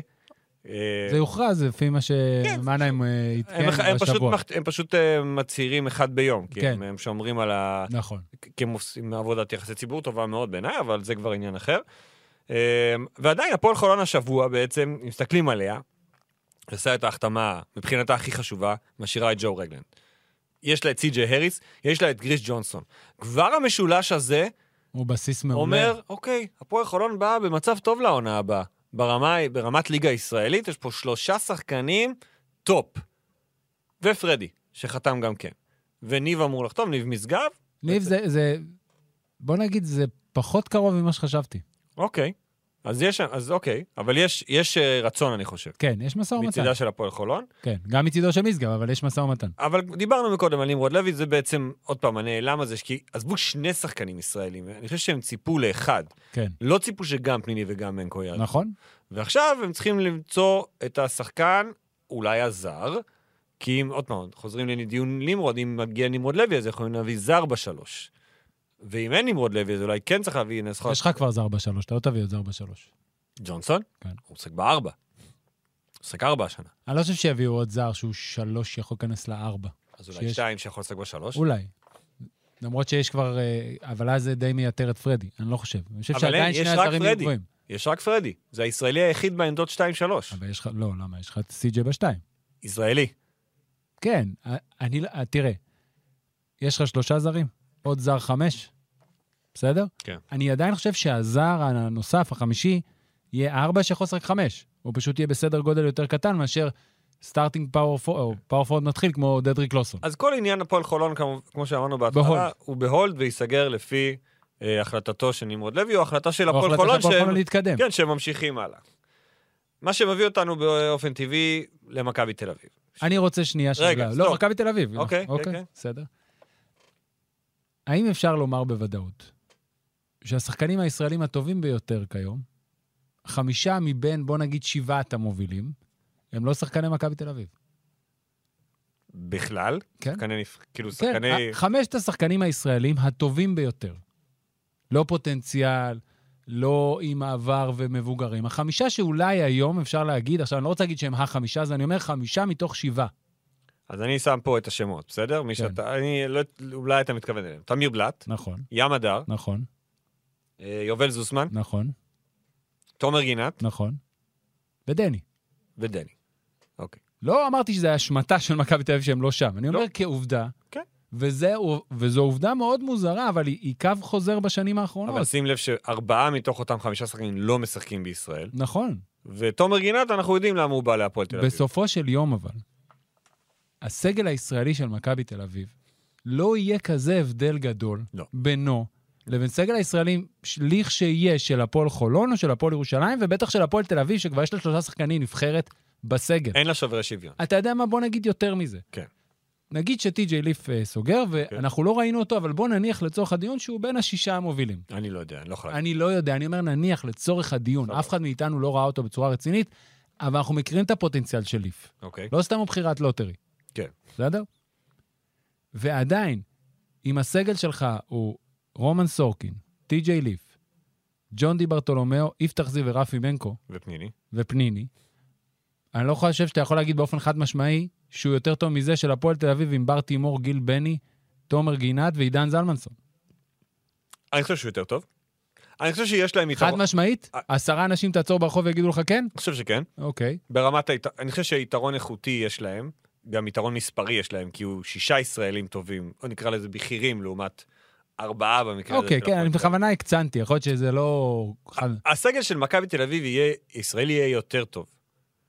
Speaker 3: אה,
Speaker 2: זה יוכרז לפי מה שמאנהם אה,
Speaker 3: כן. הם,
Speaker 2: עדכן
Speaker 3: הם פשוט,
Speaker 2: בשבוע.
Speaker 3: מח... הם פשוט אה, מצהירים אחד ביום, כי
Speaker 2: כן.
Speaker 3: הם, הם שומרים על ה...
Speaker 2: נכון.
Speaker 3: כי הם עושים עבודת יחסי ציבור טובה מאוד בעיניי, אבל זה כבר עניין אחר. אה, ועדיין, הפועל חולון השבוע בעצם, אם מסתכלים עליה, עושה את ההחתמה מבחינתה הכי חשובה, משאירה את ג'ו רגלנד. יש לה את סי.ג'יי הריס, יש לה את גריס ג'ונסון. כבר המשולש הזה
Speaker 2: הוא בסיס מעולה.
Speaker 3: אומר, אוקיי, הפועל חולון באה במצב טוב לעונה הבאה. ברמה, ברמת ליגה ישראלית יש פה שלושה שחקנים טופ. ופרדי, שחתם גם כן. וניב אמור לחתום, ניב משגב,
Speaker 2: ניב, זה, זה... בוא נגיד, זה פחות קרוב ממה שחשבתי.
Speaker 3: אוקיי. אז יש, אז אוקיי, אבל יש, יש אה, רצון, אני חושב,
Speaker 2: כן, יש משא ומתן.
Speaker 3: מצידה של הפועל חולון.
Speaker 2: כן, גם מצידו של משגב, אבל יש משא ומתן.
Speaker 3: אבל דיברנו מקודם על נמרוד לוי, זה בעצם, עוד פעם, הנעלם הזה, כי עזבו שני שחקנים ישראלים, אני חושב שהם ציפו לאחד.
Speaker 2: כן.
Speaker 3: לא ציפו שגם פניני וגם מנקו יעלו.
Speaker 2: נכון?
Speaker 3: ועכשיו הם צריכים למצוא את השחקן, אולי הזר, כי אם, עוד פעם, חוזרים לדיון נמרוד, אם מגיע נמרוד לוי, אז יכולים להביא זר בשלוש. ואם אין נמרוד לוי, אז אולי כן צריך להביא, הנה, זכות.
Speaker 2: יש לך כבר זר בשלוש, אתה לא תביא עוד זר בשלוש.
Speaker 3: ג'ונסון?
Speaker 2: כן.
Speaker 3: הוא משחק בארבע. הוא משחק ארבע השנה.
Speaker 2: אני לא חושב שיביאו עוד זר שהוא שלוש שיכול להיכנס לארבע.
Speaker 3: אז אולי
Speaker 2: שיש-
Speaker 3: שתיים שיכול לשחק בשלוש.
Speaker 2: אולי. למרות שיש כבר... אה, אבל אז זה די מייתר את פרדי, אני לא חושב. אני חושב
Speaker 3: אבל
Speaker 2: שעדיין
Speaker 3: אין, יש
Speaker 2: שני
Speaker 3: רק
Speaker 2: הזרים יהיו
Speaker 3: פרדי.
Speaker 2: גבוהים.
Speaker 3: יש רק פרדי. זה הישראלי היחיד בעמדות שתיים שלוש.
Speaker 2: אבל יש לך... לא, למה? יש לך את סי.ג'יי בשתיים.
Speaker 3: ישראלי.
Speaker 2: כן, א- אני... לא- אה, תראה, יש לך שלושה זרים, עוד זר חמש, בסדר?
Speaker 3: כן.
Speaker 2: אני עדיין חושב שהזר הנוסף, החמישי, יהיה ארבע שיכול לשחק חמש. הוא פשוט יהיה בסדר גודל יותר קטן מאשר סטארטינג פאוור פורד מתחיל כמו דדריק לוסון.
Speaker 3: אז כל עניין הפועל חולון, כמו, כמו שאמרנו בהתחלה,
Speaker 2: בהולד.
Speaker 3: הוא בהולד וייסגר לפי אה, החלטתו של נמרוד לוי, או החלטה של
Speaker 2: או
Speaker 3: הפועל
Speaker 2: החלטה של
Speaker 3: חולון,
Speaker 2: הפועל
Speaker 3: שהם,
Speaker 2: חולון להתקדם.
Speaker 3: כן, שהם ממשיכים הלאה. מה שמביא אותנו באופן טבעי למכבי תל אביב.
Speaker 2: אני רוצה שנייה שאלה.
Speaker 3: סטופ.
Speaker 2: לא, מכבי תל אביב.
Speaker 3: אוקיי, כן, כן.
Speaker 2: אוקיי, בסדר. האם אפשר לומר בוודאות שהשחקנים הישראלים הטובים ביותר כיום, חמישה מבין, בוא נגיד, שבעת המובילים, הם לא שחקני מכבי תל אביב?
Speaker 3: בכלל,
Speaker 2: כן.
Speaker 3: שחקני, נפ- כאילו
Speaker 2: כן,
Speaker 3: שחקני...
Speaker 2: ה- חמשת השחקנים הישראלים הטובים ביותר. לא פוטנציאל, לא עם עבר ומבוגרים. החמישה שאולי היום אפשר להגיד, עכשיו אני לא רוצה להגיד שהם החמישה, אז אני אומר חמישה מתוך שבעה.
Speaker 3: אז אני שם פה את השמות, בסדר? מי
Speaker 2: כן.
Speaker 3: שאתה, אני, לא, אולי אתה מתכוון אליהם. תמיר בלאט,
Speaker 2: נכון,
Speaker 3: ים הדר,
Speaker 2: נכון,
Speaker 3: אה, יובל זוסמן,
Speaker 2: נכון,
Speaker 3: תומר גינת
Speaker 2: נכון. ודני.
Speaker 3: ודני. אוקיי.
Speaker 2: לא אמרתי שזה אשמתה של מכבי תל אביב שהם לא שם. אני
Speaker 3: לא.
Speaker 2: אומר כעובדה,
Speaker 3: כן.
Speaker 2: וזה, וזו עובדה מאוד מוזרה, אבל היא, היא קו חוזר בשנים
Speaker 3: אבל
Speaker 2: האחרונות.
Speaker 3: שים לב שארבעה מתוך אותם חמישה שחקנים לא משחקים בישראל,
Speaker 2: נכון.
Speaker 3: ותומר גינת, אנחנו יודעים למה הוא בא להפועל תל אביב.
Speaker 2: בסופו של יום אבל, הסגל הישראלי של מכבי תל אביב, לא יהיה כזה הבדל גדול
Speaker 3: לא.
Speaker 2: בינו לבין סגל הישראלי, ש- לכשיהיה של הפועל חולון או של הפועל ירושלים, ובטח של הפועל תל אביב, שכבר יש לה שלושה שחקנים נבחרת בסגל.
Speaker 3: אין לה שוברי שוויון.
Speaker 2: אתה יודע מה? בוא נגיד יותר מזה.
Speaker 3: כן.
Speaker 2: נגיד שטי.ג'יי ליף אה, סוגר, ואנחנו לא ראינו אותו, אבל בוא נניח לצורך הדיון שהוא בין השישה המובילים.
Speaker 3: אני לא יודע, אני לא יכול להגיד.
Speaker 2: אני לא יודע, אני אומר נניח לצורך הדיון.
Speaker 3: סבבה.
Speaker 2: אף אחד מאיתנו לא ראה אותו בצורה רצינית, אבל אנחנו מכירים את הפוטנציאל של ליף.
Speaker 3: אוקיי.
Speaker 2: לא סתם הוא בחירת לוטרי.
Speaker 3: כן.
Speaker 2: בסדר? ועדיין, אם הסגל שלך הוא רומן סורקין, טי.ג'יי ליף, ג'ון די ברטולומיאו, יפתח זיו ורפי מנקו
Speaker 3: ופניני?
Speaker 2: ופניני, אני לא חושב שאתה יכול להגיד באופן חד משמעי שהוא יותר טוב מזה של הפועל תל אביב עם בר תימור, גיל בני, תומר גינת ועידן זלמנסון.
Speaker 3: אני חושב שהוא יותר טוב. אני חושב שיש להם
Speaker 2: חד
Speaker 3: יתרון... אני
Speaker 2: משמעית?
Speaker 3: אה.
Speaker 2: עשרה אנשים תעצור ברחוב ויגידו לך כן?
Speaker 3: חושב שכן.
Speaker 2: אוקיי.
Speaker 3: ברמת היתרון, אני חושב שיתרון איכותי יש להם, גם יתרון מספרי יש להם, כי הוא שישה ישראלים טובים, או נקרא לזה בכירים, לעומת ארבעה במקרה הזה.
Speaker 2: אוקיי,
Speaker 3: של
Speaker 2: כן,
Speaker 3: הפועל
Speaker 2: אני
Speaker 3: תל אביב.
Speaker 2: בכוונה הקצנתי, יכול להיות שזה לא... חד-
Speaker 3: הסגל של מכבי תל אביב יהיה, ישראלי יהיה יותר טוב.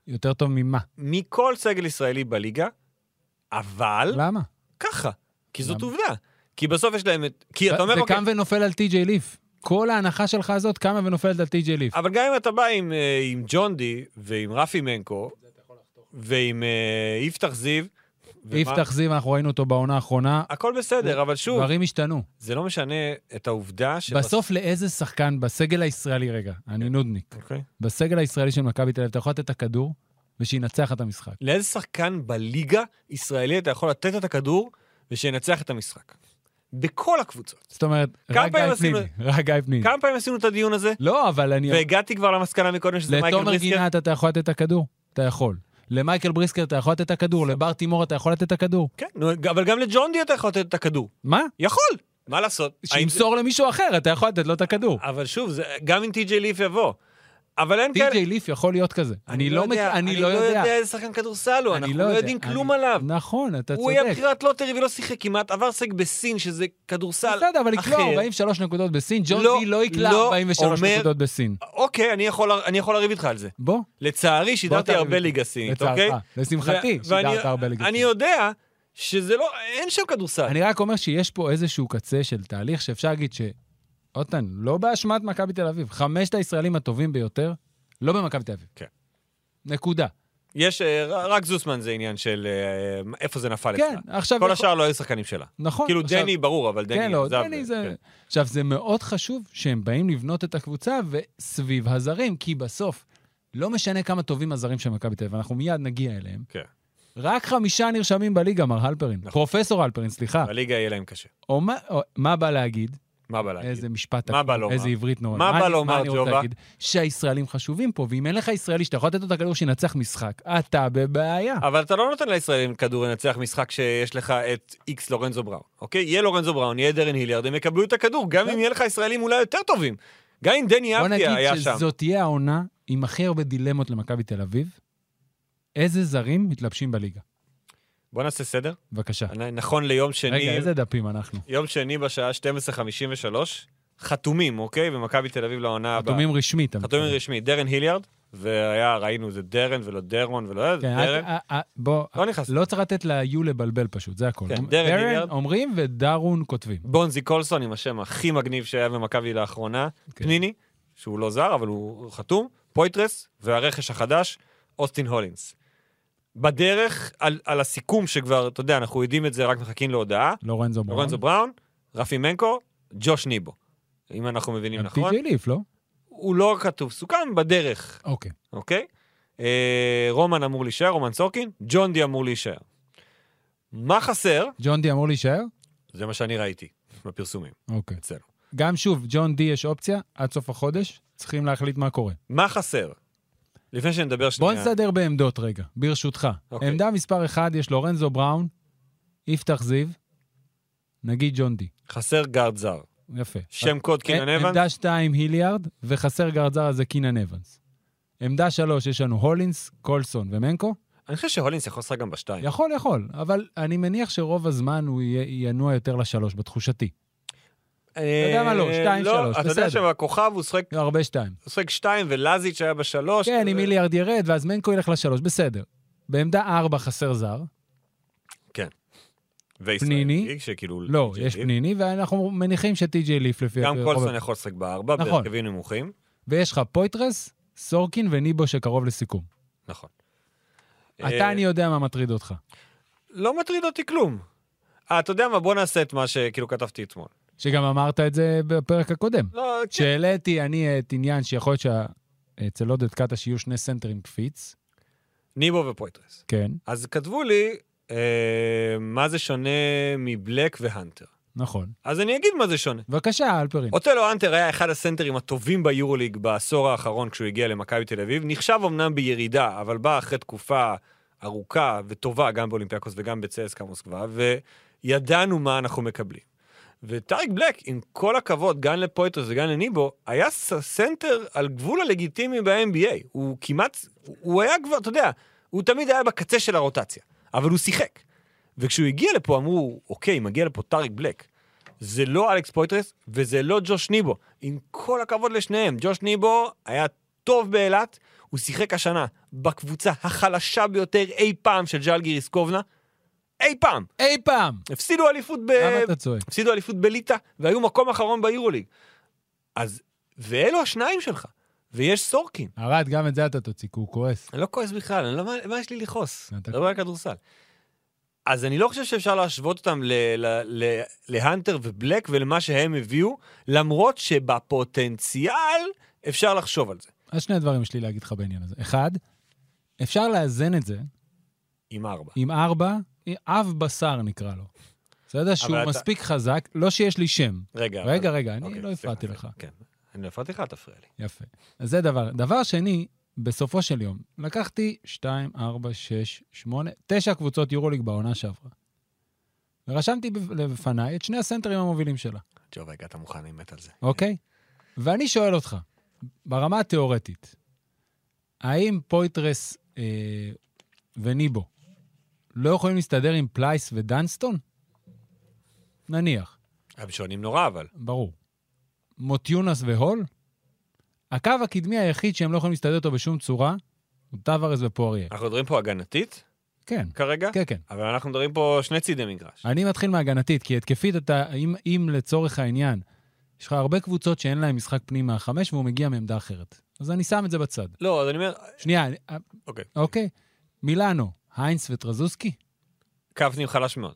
Speaker 2: יותר טוב ממה?
Speaker 3: מכל סגל ישראלי בליגה, אבל
Speaker 2: למה?
Speaker 3: ככה, כי זאת
Speaker 2: למה?
Speaker 3: עובדה. כי בסוף יש להם את... כי אתה אומר,
Speaker 2: זה
Speaker 3: אוקיי,
Speaker 2: קם ונופל על טי.ג'יי ליף. כל ההנחה שלך הזאת קמה ונופלת על טי.ג'יי ליף.
Speaker 3: אבל גם אם אתה בא עם, אה, עם ג'ון די ועם רפי מנקו, ועם אה, יפתח זיו, ומה-
Speaker 2: יפתח זיו, אנחנו ראינו אותו בעונה האחרונה,
Speaker 3: הכל בסדר, אבל שוב,
Speaker 2: דברים השתנו.
Speaker 3: זה לא משנה את העובדה שבס-
Speaker 2: בסוף לאיזה שחקן בסגל הישראלי, רגע, אני נודניק,
Speaker 3: אוקיי.
Speaker 2: בסגל הישראלי של מכבי תל אביב, אתה יכול לתת את הכדור ושינצח את המשחק.
Speaker 3: לאיזה שחקן בליגה ישראלי אתה יכול לתת את הכדור ושינצח את המשחק? בכל הקבוצות.
Speaker 2: זאת אומרת,
Speaker 3: כמה
Speaker 2: רק גיא
Speaker 3: פעמים עשינו-
Speaker 2: פניני, רק גיא פניני.
Speaker 3: כמה פעמים עשינו את הדיון הזה,
Speaker 2: לא, אבל אני...
Speaker 3: והגעתי כבר למסקנה מקודם שזה מייקל
Speaker 2: לתומר
Speaker 3: בריסקר.
Speaker 2: גינת אתה יכול לתת את הכדור? אתה יכול. למייקל בריסקר אתה יכול לתת את הכדור, לבר תימור אתה יכול לתת את הכדור.
Speaker 3: כן, נו, אבל גם לג'ון די אתה יכול לתת את הכדור.
Speaker 2: מה?
Speaker 3: יכול, מה לעשות? האם זה-
Speaker 2: שימסור למישהו אחר, אתה יכול לתת לו את הכדור.
Speaker 3: אבל שוב, זה- גם אם טי.ג'יי ליף יבוא. אבל אין כאלה...
Speaker 2: טי.ג'יי ליף יכול להיות כזה. אני לא מכיר, אני לא יודע.
Speaker 3: איזה שחקן כדורסל הוא,
Speaker 2: אני
Speaker 3: אנחנו לא יודעים
Speaker 2: אני-
Speaker 3: כלום עליו.
Speaker 2: נכון, אתה
Speaker 3: הוא היה
Speaker 2: צודק.
Speaker 3: בחירת לוטרי ולא שיחק כמעט, עבר סק בסין, שזה כדורסל
Speaker 2: בסדר, אבל יקלע
Speaker 3: אחר.
Speaker 2: 43 נקודות בסין, ג'ון
Speaker 3: לא,
Speaker 2: די לא יקלע
Speaker 3: לא
Speaker 2: 43
Speaker 3: אומר-
Speaker 2: נקודות בסין.
Speaker 3: אוקיי, אני יכול אני יכול לריב איתך על זה.
Speaker 2: בוא,
Speaker 3: לצערי, שידרתי
Speaker 2: תריב
Speaker 3: הרבה
Speaker 2: איתי.
Speaker 3: ליגה סינית,
Speaker 2: לצערך.
Speaker 3: אוקיי?
Speaker 2: לשמחתי,
Speaker 3: ו- ואני-
Speaker 2: שידרת הרבה לגבי
Speaker 3: אני יודע שזה לא, אין שם כדורסל.
Speaker 2: אני רק אומר שיש פה איזשהו קצה של תהליך שאפשר להגיד ש... עוד פעם, לא באשמת מכבי תל אביב. חמשת הישראלים הטובים ביותר, לא במכבי תל אביב.
Speaker 3: כן.
Speaker 2: נקודה.
Speaker 3: יש, אה, ר- רק זוסמן זה עניין של אה, איפה זה נפל
Speaker 2: כן,
Speaker 3: אצלה.
Speaker 2: עכשיו...
Speaker 3: כל
Speaker 2: יכול-
Speaker 3: השאר לא היו שחקנים שלה.
Speaker 2: נכון.
Speaker 3: כאילו
Speaker 2: עכשיו-
Speaker 3: דני ברור, אבל דני...
Speaker 2: כן, לא,
Speaker 3: עזב,
Speaker 2: דני
Speaker 3: אה,
Speaker 2: זה...
Speaker 3: כן.
Speaker 2: עכשיו, זה מאוד חשוב שהם באים לבנות את הקבוצה וסביב הזרים, כי בסוף, לא משנה כמה טובים הזרים של מכבי תל אביב, אנחנו מיד נגיע אליהם.
Speaker 3: כן.
Speaker 2: רק חמישה נרשמים בליגה, מר הלפרין.
Speaker 3: נכון.
Speaker 2: פרופסור הלפרין, סליחה.
Speaker 3: בליגה יהיה להם קשה.
Speaker 2: או מה, או, מה בא להגיד?
Speaker 3: מה בא להגיד?
Speaker 2: איזה משפט...
Speaker 3: מה
Speaker 2: עקום,
Speaker 3: בא לומר?
Speaker 2: איזה עברית נורא.
Speaker 3: מה בא
Speaker 2: אני-
Speaker 3: לומר,
Speaker 2: אני רוצה
Speaker 3: ג'ובה?
Speaker 2: להגיד? שהישראלים חשובים פה, ואם אין לך ישראלי שאתה יכול לתת לו את הכדור שינצח משחק, אתה בבעיה.
Speaker 3: אבל אתה לא נותן לישראלים כדור לנצח משחק שיש לך את איקס לורנזו בראון, אוקיי? יהיה לורנזו בראון, יהיה דרן היליארד, הם יקבלו את הכדור, גם אם יהיה לך ישראלים אולי יותר טובים. גם אם דני
Speaker 2: כן. בוא
Speaker 3: אבדיה היה
Speaker 2: נגיד
Speaker 3: שם.
Speaker 2: שזאת תהיה העונה עם הכי הרבה דילמות למכבי תל אביב. איזה זרים מתלבשים בליגה?
Speaker 3: בוא נעשה סדר.
Speaker 2: בבקשה.
Speaker 3: נכון ליום שני...
Speaker 2: רגע, איזה דפים אנחנו?
Speaker 3: יום שני בשעה 12:53, חתומים, אוקיי? ומכבי תל אביב לעונה הבאה.
Speaker 2: חתומים רשמית. אתה
Speaker 3: חתומים
Speaker 2: מתכוון.
Speaker 3: רשמי, דרן היליארד, והיה, ראינו, זה דרן ולא דרון ולא
Speaker 2: כן,
Speaker 3: דרן.
Speaker 2: אה, אה, אה, בוא,
Speaker 3: לא נכנס.
Speaker 2: לא צריך לתת ליו לבלבל פשוט, זה הכל.
Speaker 3: כן,
Speaker 2: אומ-
Speaker 3: דרן היליארד.
Speaker 2: אומרים ודרון כותבים.
Speaker 3: בונזי קולסון עם השם הכי מגניב שהיה במכבי לאחרונה,
Speaker 2: כן.
Speaker 3: פניני, שהוא לא זר, אבל הוא חתום, פויטרס, והרכש החדש, אוסטין הולינס. בדרך, על, על הסיכום שכבר, אתה יודע, אנחנו יודעים את זה, רק מחכים להודעה,
Speaker 2: לורנזו בראון.
Speaker 3: לורנזו בראון, רפי מנקו, ג'וש ניבו. אם אנחנו מבינים
Speaker 2: גם
Speaker 3: נכון,
Speaker 2: טי.ג'יי ליף, לא?
Speaker 3: הוא לא כתוב, סוכם בדרך.
Speaker 2: אוקיי.
Speaker 3: אוקיי? אה, רומן אמור להישאר, רומן סורקין, ג'ון די אמור להישאר. מה חסר?
Speaker 2: ג'ון די אמור להישאר?
Speaker 3: זה מה שאני ראיתי בפרסומים
Speaker 2: אוקיי.
Speaker 3: אצלנו.
Speaker 2: גם שוב, ג'ון די יש אופציה, עד סוף החודש, צריכים להחליט מה קורה.
Speaker 3: מה חסר? לפני שנדבר
Speaker 2: בוא
Speaker 3: שנייה,
Speaker 2: נסדר בעמדות רגע, ברשותך.
Speaker 3: אוקיי.
Speaker 2: עמדה מספר 1 יש לורנזו בראון, יפתח זיו, נגיד ג'ון די.
Speaker 3: חסר גארד זר.
Speaker 2: יפה.
Speaker 3: שם קוד קינן
Speaker 2: אה,
Speaker 3: אבנס?
Speaker 2: עמדה 2 היליארד, וחסר גרזר אז זה קינן אבנס. עמדה 3 יש לנו הולינס, קולסון ומנקו.
Speaker 3: אני חושב שהולינס יכול לשחק גם בשתיים.
Speaker 2: יכול, יכול, אבל אני מניח שרוב הזמן הוא יהיה- ינוע יותר לשלוש, בתחושתי.
Speaker 3: אתה
Speaker 2: יודע מה, לא, שתיים, שלוש,
Speaker 3: אה, אתה יודע
Speaker 2: בסדר.
Speaker 3: שבכוכב הוא שחק-
Speaker 2: לא, הרבה שתיים.
Speaker 3: הוא שחק שתיים ולזיץ' היה בשלוש. אה,
Speaker 2: כן,
Speaker 3: זה-
Speaker 2: אם איליארד ירד, ואז מנקו ילך לשלוש, בסדר. בעמדה ארבע חסר זר,
Speaker 3: וישראל
Speaker 2: פניני.
Speaker 3: גיג, שכאילו...
Speaker 2: לא,
Speaker 3: ג'י
Speaker 2: יש
Speaker 3: גיג.
Speaker 2: פניני, ואנחנו מניחים שטי.ג'יי ליף לפי...
Speaker 3: גם
Speaker 2: לפי-
Speaker 3: קולסון יכול לשחק בארבע,
Speaker 2: נכון.
Speaker 3: בהרכבים נמוכים.
Speaker 2: ויש לך פויטרס, סורקין וניבו שקרוב לסיכום.
Speaker 3: נכון. אה,
Speaker 2: אתה, אני יודע מה מטריד אותך.
Speaker 3: לא מטריד אותי כלום. אה, אתה יודע מה, בוא נעשה את מה שכאילו כתבתי אתמול.
Speaker 2: שגם אמרת את זה בפרק הקודם.
Speaker 3: לא, כן.
Speaker 2: כשהעליתי אני את עניין שיכול להיות שאצל עודד קטש יהיו שני סנטרים קפיץ,
Speaker 3: ניבו ופויטרס.
Speaker 2: כן,
Speaker 3: אז כתבו לי, אה, מה זה שונה מבלק והנטר.
Speaker 2: נכון.
Speaker 3: אז אני אגיד מה זה שונה.
Speaker 2: כן. בבקשה, אלפרין.
Speaker 3: אוטלו הנטר היה אחד הסנטרים הטובים ביורוליג בעשור האחרון כשהוא הגיע למכבי תל אביב. נחשב אמנם בירידה, אבל בא אחרי תקופה ארוכה וטובה, גם באולימפיאקוס וגם בצסקה מוסקבה, וידענו מה אנחנו מקבלים. וטאריק בלק, עם כל הכבוד, גם לפויטרס וגם לניבו, היה ס- סנטר על גבול הלגיטימי ב-NBA. הוא כמעט, הוא היה כבר, אתה יודע, הוא תמיד היה בקצה של הרוטציה, אבל הוא שיחק. וכשהוא הגיע לפה אמרו, אוקיי, מגיע לפה טאריק בלק. זה לא אלכס פויטרס וזה לא ג'וש ניבו. עם כל הכבוד לשניהם, ג'וש ניבו היה טוב באילת, הוא שיחק השנה בקבוצה החלשה ביותר אי פעם של ג'אלגיריס קובנה. אי פעם!
Speaker 2: אי פעם!
Speaker 3: הפסידו אליפות ב...
Speaker 2: למה אתה צועק?
Speaker 3: הפסידו אליפות בליטא, והיו מקום אחרון ביורוליג. אז, ואלו השניים שלך, ויש סורקין.
Speaker 2: ערד, גם את זה אתה תוציא, כי הוא כועס.
Speaker 3: אני לא כועס בכלל, אני לא, מה, מה יש לי לכעוס?
Speaker 2: אתה-
Speaker 3: מדבר על כדורסל. אז אני לא חושב שאפשר להשוות אותם ל, ל, ל, להנטר ובלק ולמה שהם הביאו, למרות שבפוטנציאל אפשר לחשוב על זה.
Speaker 2: אז שני דברים יש לי להגיד לך בעניין הזה. אחד, אפשר לאזן את זה
Speaker 3: עם ארבע.
Speaker 2: עם ארבע, אב בשר נקרא לו. בסדר? שהוא
Speaker 3: אתה-
Speaker 2: מספיק חזק, לא שיש לי שם.
Speaker 3: רגע,
Speaker 2: רגע,
Speaker 3: אבל-
Speaker 2: רגע, אני
Speaker 3: אוקיי,
Speaker 2: לא
Speaker 3: סליחה,
Speaker 2: הפרעתי
Speaker 3: סליחה,
Speaker 2: לך.
Speaker 3: כן. אני לא הפרעתי לך, אל תפריע לי.
Speaker 2: יפה. אז זה דבר. דבר שני, בסופו של יום, לקחתי 2, 4, 6, 8, 9 קבוצות יורוליג בעונה שעברה. ורשמתי בפ- לפניי את שני הסנטרים המובילים שלה,
Speaker 3: ג'ו, רגע, אתה מוכן, אני מת על זה.
Speaker 2: אוקיי? ואני שואל אותך, ברמה התיאורטית, האם פויטרס אה, וניבו לא יכולים להסתדר עם פלייס ודנסטון? נניח.
Speaker 3: הם שונים נורא, אבל.
Speaker 2: ברור. מוטיונס והול? הקו הקדמי היחיד שהם לא יכולים להסתדר איתו בשום צורה הוא טווארז ופואריה.
Speaker 3: אנחנו מדברים פה הגנתית
Speaker 2: כן,
Speaker 3: כרגע,
Speaker 2: כן, כן.
Speaker 3: אבל אנחנו מדברים פה שני צידי מגרש.
Speaker 2: אני מתחיל מהגנתית, כי התקפית אתה, אם, אם לצורך העניין, יש לך הרבה קבוצות שאין להן משחק פנים מהחמש והוא מגיע מעמדה אחרת. אז אני שם את זה בצד.
Speaker 3: לא, אז אני אומר,
Speaker 2: שנייה, אני- אה,
Speaker 3: אוקיי.
Speaker 2: אוקיי. מילאנו, היינס וטרזוסקי?
Speaker 3: קפנים חלש מאוד.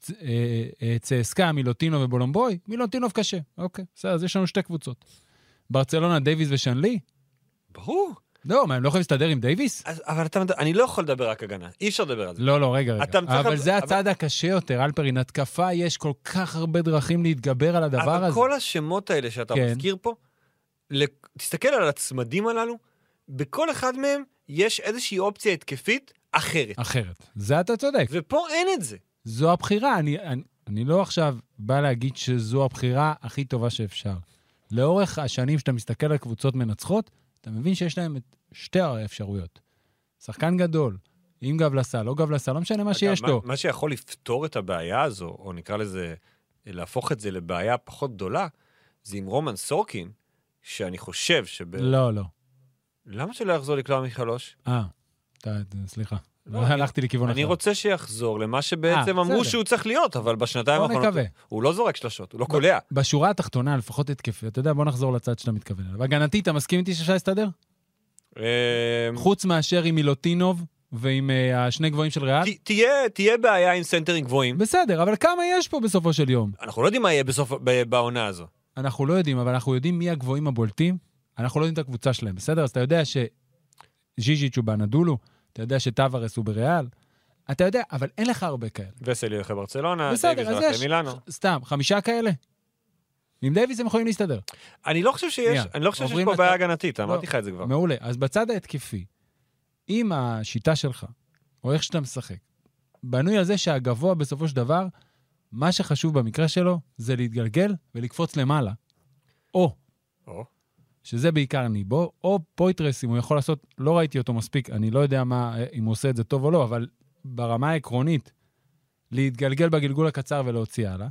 Speaker 2: צ- אה, אה, צסקה, מילוטינו ובולומבוי, מילוטינוב קשה. אוקיי, בסדר, אז יש לנו שתי קבוצות. ברצלונה, דייוויס ושנלי?
Speaker 3: ברור.
Speaker 2: לא, מה, הם לא יכולים להסתדר עם דייוויס?
Speaker 3: אז, אבל אתה, מד- אני לא יכול לדבר רק הגנה, אי אפשר לדבר על זה.
Speaker 2: לא, לא, רגע, רגע.
Speaker 3: אתה מצליח-
Speaker 2: אבל זה
Speaker 3: אבל-
Speaker 2: הצד הקשה יותר, אלפרין. התקפה, יש כל כך הרבה דרכים להתגבר על הדבר
Speaker 3: אבל
Speaker 2: הזה.
Speaker 3: כל השמות האלה שאתה
Speaker 2: כן.
Speaker 3: מזכיר פה, לק- תסתכל על הצמדים הללו, בכל אחד מהם יש איזושהי אופציה התקפית אחרת.
Speaker 2: אחרת. זה אתה צודק.
Speaker 3: ופה אין את זה.
Speaker 2: זו הבחירה. אני, אני, אני לא עכשיו בא להגיד שזו הבחירה הכי טובה שאפשר. לאורך השנים שאתה מסתכל על קבוצות מנצחות, אתה מבין שיש להם את שתי האפשרויות. שחקן גדול, עם גב לסל, לא גב לסל, לא משנה מה שיש
Speaker 3: אגב,
Speaker 2: לו.
Speaker 3: מה, מה שיכול לפתור את הבעיה הזו, או נקרא לזה, להפוך את זה לבעיה פחות גדולה, זה עם רומן סורקין, שאני חושב שב...
Speaker 2: לא, לא.
Speaker 3: למה שלא יחזור לקלוע משלוש?
Speaker 2: אה, אתה- סליחה.
Speaker 3: לא, אני-
Speaker 2: הלכתי לכיוון
Speaker 3: אני
Speaker 2: אחר.
Speaker 3: רוצה שיחזור למה שבעצם
Speaker 2: אה,
Speaker 3: אמרו
Speaker 2: בסדר.
Speaker 3: שהוא צריך להיות, אבל בשנתיים
Speaker 2: בוא
Speaker 3: האחרונות...
Speaker 2: נקווה.
Speaker 3: הוא לא זורק שלשות, הוא לא קולע.
Speaker 2: בשורה התחתונה, לפחות התקפי, אתה יודע, בוא נחזור לצד שאתה מתכוון אליו. הגנתית, אתה מסכים איתי שאפשר להסתדר?
Speaker 3: אמ,
Speaker 2: חוץ מאשר עם מילוטינוב ועם אה, השני גבוהים של ריאל?
Speaker 3: ת- תהיה- תהיה בעיה עם סנטרים גבוהים.
Speaker 2: בסדר, אבל כמה יש פה בסופו של יום?
Speaker 3: אנחנו לא יודעים מה יהיה בסוף, ב- בעונה הזו.
Speaker 2: אנחנו לא יודעים, אבל אנחנו יודעים מי הגבוהים הבולטים, אנחנו לא יודעים את הקבוצה שלהם, בסדר? אז אתה יודע שז'יז'יץ' הוא באנדולו, אתה יודע שטווארס הוא בריאל, אתה יודע, אבל אין לך הרבה כאלה.
Speaker 3: וסלי הולך לברצלונה, אה, דייוויס
Speaker 2: בסדר, אז
Speaker 3: הלך
Speaker 2: יש
Speaker 3: למילאנו.
Speaker 2: סתם, חמישה כאלה. עם דייוויס הם יכולים להסתדר.
Speaker 3: אני לא חושב שיש,
Speaker 2: שנייה,
Speaker 3: אני לא חושב שיש
Speaker 2: עוברים
Speaker 3: פה
Speaker 2: לצד-
Speaker 3: בעיה הגנתית,
Speaker 2: לא.
Speaker 3: אמרתי לך את זה כבר.
Speaker 2: מעולה. אז בצד ההתקפי, אם השיטה שלך, או איך שאתה משחק, בנוי על זה שהגבוה בסופו של דבר, מה שחשוב במקרה שלו זה להתגלגל ולקפוץ למעלה. או
Speaker 3: או.
Speaker 2: שזה בעיקר ניבו, או פויטרס, אם הוא יכול לעשות, לא ראיתי אותו מספיק, אני לא יודע מה, אם הוא עושה את זה טוב או לא, אבל ברמה העקרונית, להתגלגל בגלגול הקצר ולהוציא הלאה,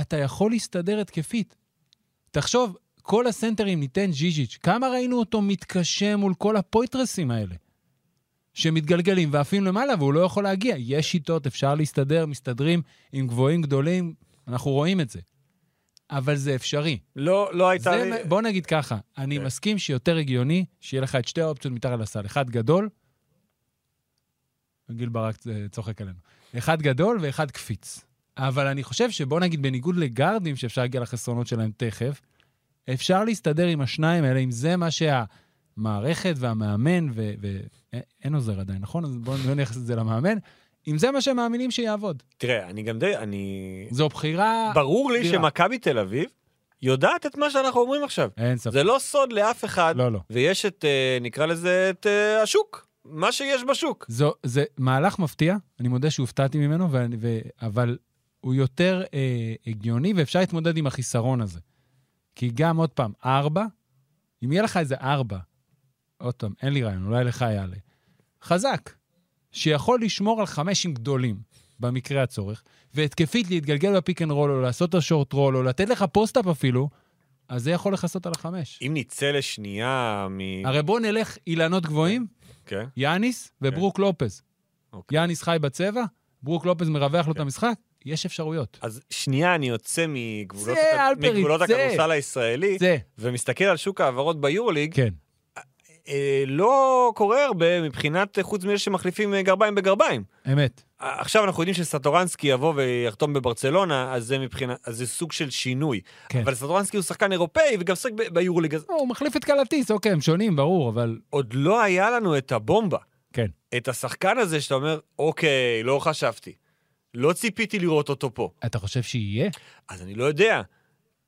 Speaker 2: אתה יכול להסתדר התקפית. תחשוב, כל הסנטרים ניתן ז'יז'יץ', כמה ראינו אותו מתקשה מול כל הפויטרסים האלה, שמתגלגלים ועפים למעלה והוא לא יכול להגיע. יש שיטות, אפשר להסתדר, מסתדרים עם גבוהים גדולים, אנחנו רואים את זה. אבל זה אפשרי.
Speaker 3: לא, לא הייתה
Speaker 2: זה,
Speaker 3: לי...
Speaker 2: מ- בוא נגיד ככה, אני
Speaker 3: כן.
Speaker 2: מסכים שיותר הגיוני שיהיה לך את שתי האופציות מתחת לסל, אחד גדול, גיל ברק אה, צוחק עלינו, אחד גדול ואחד קפיץ. אבל אני חושב שבוא נגיד, בניגוד לגארדים, שאפשר להגיע לחסרונות שלהם תכף, אפשר להסתדר עם השניים האלה, אם זה מה שהמערכת והמאמן, ואין עוזר עדיין, נכון? אז בואו נניח את זה למאמן, אם זה מה שהם מאמינים שיעבוד.
Speaker 3: תראה, אני גם די... אני...
Speaker 2: זו בחירה...
Speaker 3: כן. ברור לי
Speaker 2: סבירה.
Speaker 3: שמכבי תל אביב יודעת את מה שאנחנו אומרים עכשיו.
Speaker 2: אין ספק.
Speaker 3: זה לא סוד לאף אחד,
Speaker 2: לא, לא.
Speaker 3: ויש את, אה, נקרא לזה, את אה, השוק. מה שיש בשוק.
Speaker 2: זו, זה מהלך מפתיע, אני מודה שהופתעתי ממנו, ואני, ו, אבל הוא יותר אה, הגיוני, ואפשר להתמודד עם החיסרון הזה. כי גם, עוד פעם, ארבע, אם יהיה לך איזה ארבע, עוד פעם, אין לי רעיון, אולי לך יעלה, חזק, שיכול לשמור על חמשים גדולים, במקרה הצורך, והתקפית להתגלגל בפיק אנד רול, או לעשות את השורט רול, או לתת לך פוסט-אפ אפילו, אז זה יכול לכסות על החמש.
Speaker 3: אם נצא לשנייה מ...
Speaker 2: הרי בואו נלך אילנות גבוהים,
Speaker 3: כן,
Speaker 2: יאניס וברוק לופז.
Speaker 3: אוקיי.
Speaker 2: יאניס חי בצבע, ברוק לופז מרווח לו את המשחק, יש אפשרויות.
Speaker 3: אז שנייה אני יוצא מגבולות,
Speaker 2: זה,
Speaker 3: הכ-
Speaker 2: אלפרין,
Speaker 3: מגבולות
Speaker 2: זה.
Speaker 3: הכדורסל הישראלי,
Speaker 2: זה,
Speaker 3: ומסתכל על שוק ההעברות ביורוליג,
Speaker 2: כן.
Speaker 3: אה, לא קורה הרבה מבחינת, אה, חוץ מאלה שמחליפים אה, גרביים בגרביים.
Speaker 2: אמת.
Speaker 3: אה, עכשיו אנחנו יודעים שסטורנסקי יבוא ויחתום בברצלונה, אז זה מבחינת, אז זה סוג של שינוי.
Speaker 2: כן.
Speaker 3: אבל סטורנסקי הוא שחקן אירופאי וגם שחק ב- ביורוליג, אז
Speaker 2: לא, הוא מחליף את קלטיס, אוקיי, הם שונים, ברור, אבל...
Speaker 3: עוד לא היה לנו את הבומבה.
Speaker 2: כן.
Speaker 3: את השחקן הזה שאתה אומר, אוקיי, לא חשבתי. לא ציפיתי לראות אותו פה.
Speaker 2: אתה חושב שיהיה?
Speaker 3: אז אני לא יודע.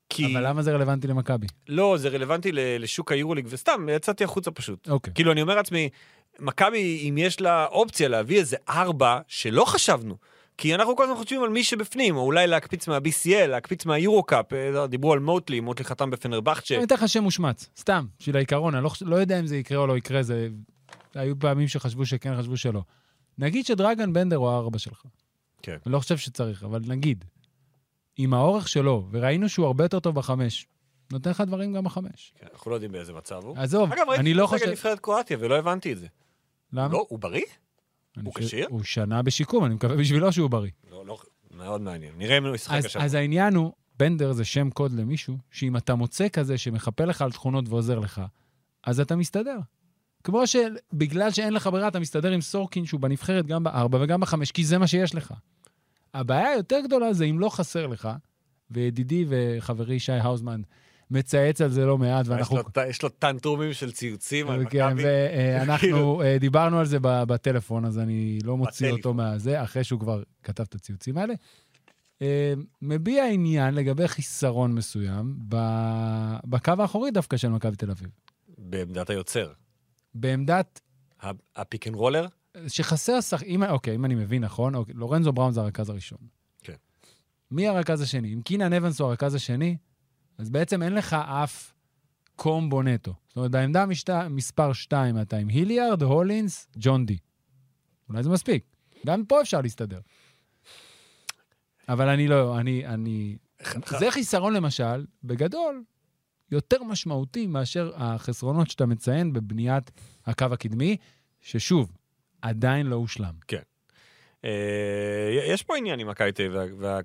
Speaker 3: כי...
Speaker 2: אבל למה זה רלוונטי למכבי?
Speaker 3: לא, זה רלוונטי ל- לשוק היורוליג, וסתם, יצאתי החוצה פשוט.
Speaker 2: אוקיי.
Speaker 3: כאילו, אני אומר לעצמי, מכבי, אם יש לה אופציה להביא איזה ארבע שלא חשבנו, כי אנחנו כל הזמן חושבים על מי שבפנים, או אולי להקפיץ מה-BCL, להקפיץ מהיורו-קאפ, אה, לא, דיברו על מוטלי, מוטלי חתם בפנרבכצ'ה.
Speaker 2: אני אתן לך שם מושמץ, סתם, בשביל העיקרון, אני לא חוש- לא יודע אם זה יקרה או לא יקרה, זה... היו פעמים שחשבו שכן, חשבו שלא. נגיד שדרגן בנדר הוא הארבע שלך.
Speaker 3: כן.
Speaker 2: אני לא חושב שצריך, אבל נגיד. עם האורך שלו, וראינו שהוא הרבה יותר טוב בחמש, נותן לך דברים גם בחמש.
Speaker 3: כן, אנחנו לא יודעים באיזה מצב הוא.
Speaker 2: עזוב,
Speaker 3: אגב, ראיתי
Speaker 2: אני לא
Speaker 3: שהוא נגד
Speaker 2: חושב...
Speaker 3: נבחרת קרואטיה ולא הבנתי את זה.
Speaker 2: למה?
Speaker 3: לא, הוא בריא?
Speaker 2: אני
Speaker 3: הוא
Speaker 2: חושב-
Speaker 3: כשיר?
Speaker 2: הוא שנה בשיקום, אני מקווה בשבילו שהוא בריא.
Speaker 3: לא, לא, מאוד מעניין. נראה אם הוא ישחק
Speaker 2: אז,
Speaker 3: השבוע.
Speaker 2: אז העניין הוא, בנדר זה שם קוד למישהו, שאם אתה מוצא כזה שמחפה לך על תכונות ועוזר לך, אז אתה מסתדר. כמו שבגלל שאין לך ברירה, אתה מסתדר עם סורקין, שהוא בנבחרת גם בארבע וגם בחמש, כי זה מה שיש לך. הבעיה היותר גדולה זה אם לא חסר לך, וידידי וחברי שי האוזמן מצייץ על זה לא מעט,
Speaker 3: יש
Speaker 2: ואנחנו...
Speaker 3: לו ט- יש לו טנטרומים של ציוצים על
Speaker 2: כן,
Speaker 3: מכבי. כאילו-
Speaker 2: ואנחנו אה, דיברנו על זה ב- בטלפון, אז אני לא מוציא אותו
Speaker 3: בטלפון.
Speaker 2: מהזה, אחרי שהוא כבר כתב את הציוצים האלה. אה, מביע עניין לגבי חיסרון מסוים ב- בקו האחורי דווקא של מכבי תל אביב.
Speaker 3: בעמדת היוצר.
Speaker 2: בעמדת
Speaker 3: ה- הפיק אנד רולר?
Speaker 2: שחסר שח... אם, אוקיי, אם אני מבין נכון, אוקיי, לורנזו בראון זה הרכז הראשון.
Speaker 3: כן.
Speaker 2: מי הרכז השני? אם קינן אבנס הוא הרכז השני, אז בעצם אין לך אף קומבו נטו. זאת אומרת, בעמדה משת... מספר 2 אתה עם היליארד, הולינס, ג'ון די. אולי זה מספיק. גם פה אפשר להסתדר. אבל אני לא, אני... אני...
Speaker 3: אה,
Speaker 2: זה חיסרון, למשל, בגדול, יותר משמעותי מאשר החסרונות שאתה מציין בבניית הקו הקדמי, ששוב, עדיין לא הושלם.
Speaker 3: אה, יש פה עניין עם מכבי תל אביב, וה- וה-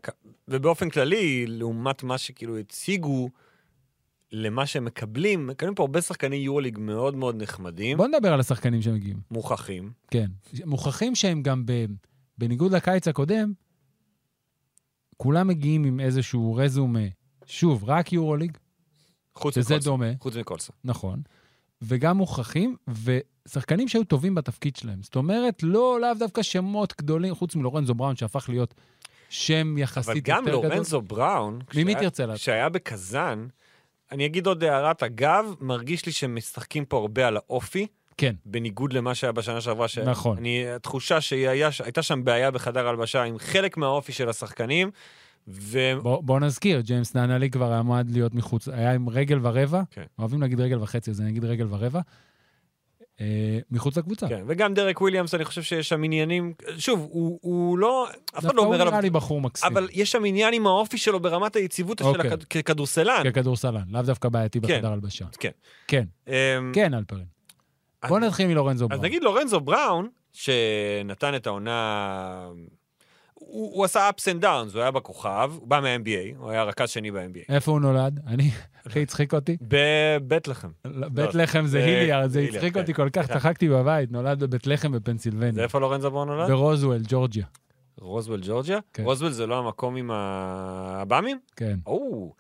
Speaker 3: ובאופן כללי, לעומת מה שכאילו הציגו למה שהם מקבלים, מקבלים פה הרבה שחקני יורוליג מאוד מאוד נחמדים,
Speaker 2: בוא נדבר על השחקנים שמגיעים.
Speaker 3: מוכחים.
Speaker 2: כן. מוכרחים שהם גם, ב... בניגוד לקיץ הקודם, כולם מגיעים עם איזשהו רזומה, שוב, רק יורוליג,
Speaker 3: חוץ
Speaker 2: שזה
Speaker 3: מקולסון.
Speaker 2: דומה,
Speaker 3: חוץ מקולסון.
Speaker 2: נכון, וגם מוכרחים, ושחקנים שהיו טובים בתפקיד שלהם. זאת אומרת, לא, לאו דווקא שמות גדולים, חוץ מלורנזו בראון, שהפך להיות שם יחסית
Speaker 3: אבל
Speaker 2: יותר
Speaker 3: גם
Speaker 2: גדול.
Speaker 3: לורנזו בראון,
Speaker 2: ממי
Speaker 3: כשהיה-
Speaker 2: תרצה להתחיל?
Speaker 3: כשהיה בקזאן, אני אגיד עוד הערת אגב, מרגיש לי שהם משחקים פה הרבה על האופי,
Speaker 2: כן,
Speaker 3: בניגוד למה שהיה בשנה שעברה. ש...
Speaker 2: נכון.
Speaker 3: אני, התחושה שהייתה שם בעיה בחדר הלבשה עם חלק מהאופי של השחקנים, והם...
Speaker 2: בוא, בוא נזכיר, ג'יימס ננלי כבר היה מועד להיות מחוץ, היה עם רגל ורבע,
Speaker 3: כן.
Speaker 2: אוהבים להגיד רגל וחצי, אז אני אגיד רגל ורבע, אה, מחוץ לקבוצה.
Speaker 3: כן, וגם דרק וויליאמס, אני חושב שיש שם עניינים, שוב, הוא, הוא לא, אף אחד
Speaker 2: דווקא
Speaker 3: לא
Speaker 2: הוא
Speaker 3: אומר
Speaker 2: נראה
Speaker 3: עליו,
Speaker 2: לי בחור מקסים,
Speaker 3: אבל יש שם עניין עם האופי שלו ברמת היציבות של
Speaker 2: אוקיי.
Speaker 3: הכד- ככדורסלן.
Speaker 2: ככדורסלן, לאו דווקא בעייתי
Speaker 3: כן.
Speaker 2: בחדר הלבשה.
Speaker 3: כן.
Speaker 2: כן,
Speaker 3: אמ,
Speaker 2: כן, אלפרין. כן,
Speaker 3: אז-
Speaker 2: בוא נתחיל מלורנזו
Speaker 3: אז
Speaker 2: בראון.
Speaker 3: נגיד לורנזו בראון, שנתן את העונה... הוא, הוא עשה ups and downs, הוא היה בכוכב, הוא בא מה-NBA, הוא היה רכז שני ב-NBA.
Speaker 2: איפה הוא נולד? אני, הכי הצחיק אותי.
Speaker 3: בבית לחם.
Speaker 2: בית לחם זה
Speaker 3: לא, זה-
Speaker 2: היליארד, זה
Speaker 3: היליארד,
Speaker 2: הצחיק
Speaker 3: כן.
Speaker 2: אותי כל כך, צחקתי בבית, נולד בבית לחם
Speaker 3: זה
Speaker 2: בפנסילבניה,
Speaker 3: איפה לורנזו בראון נולד?
Speaker 2: ברוזוול, ג'ורג'יה,
Speaker 3: רוזוול, ג'ורג'יה?
Speaker 2: כן.
Speaker 3: רוזוול זה לא המקום עם העב"מים?
Speaker 2: כן.
Speaker 3: או.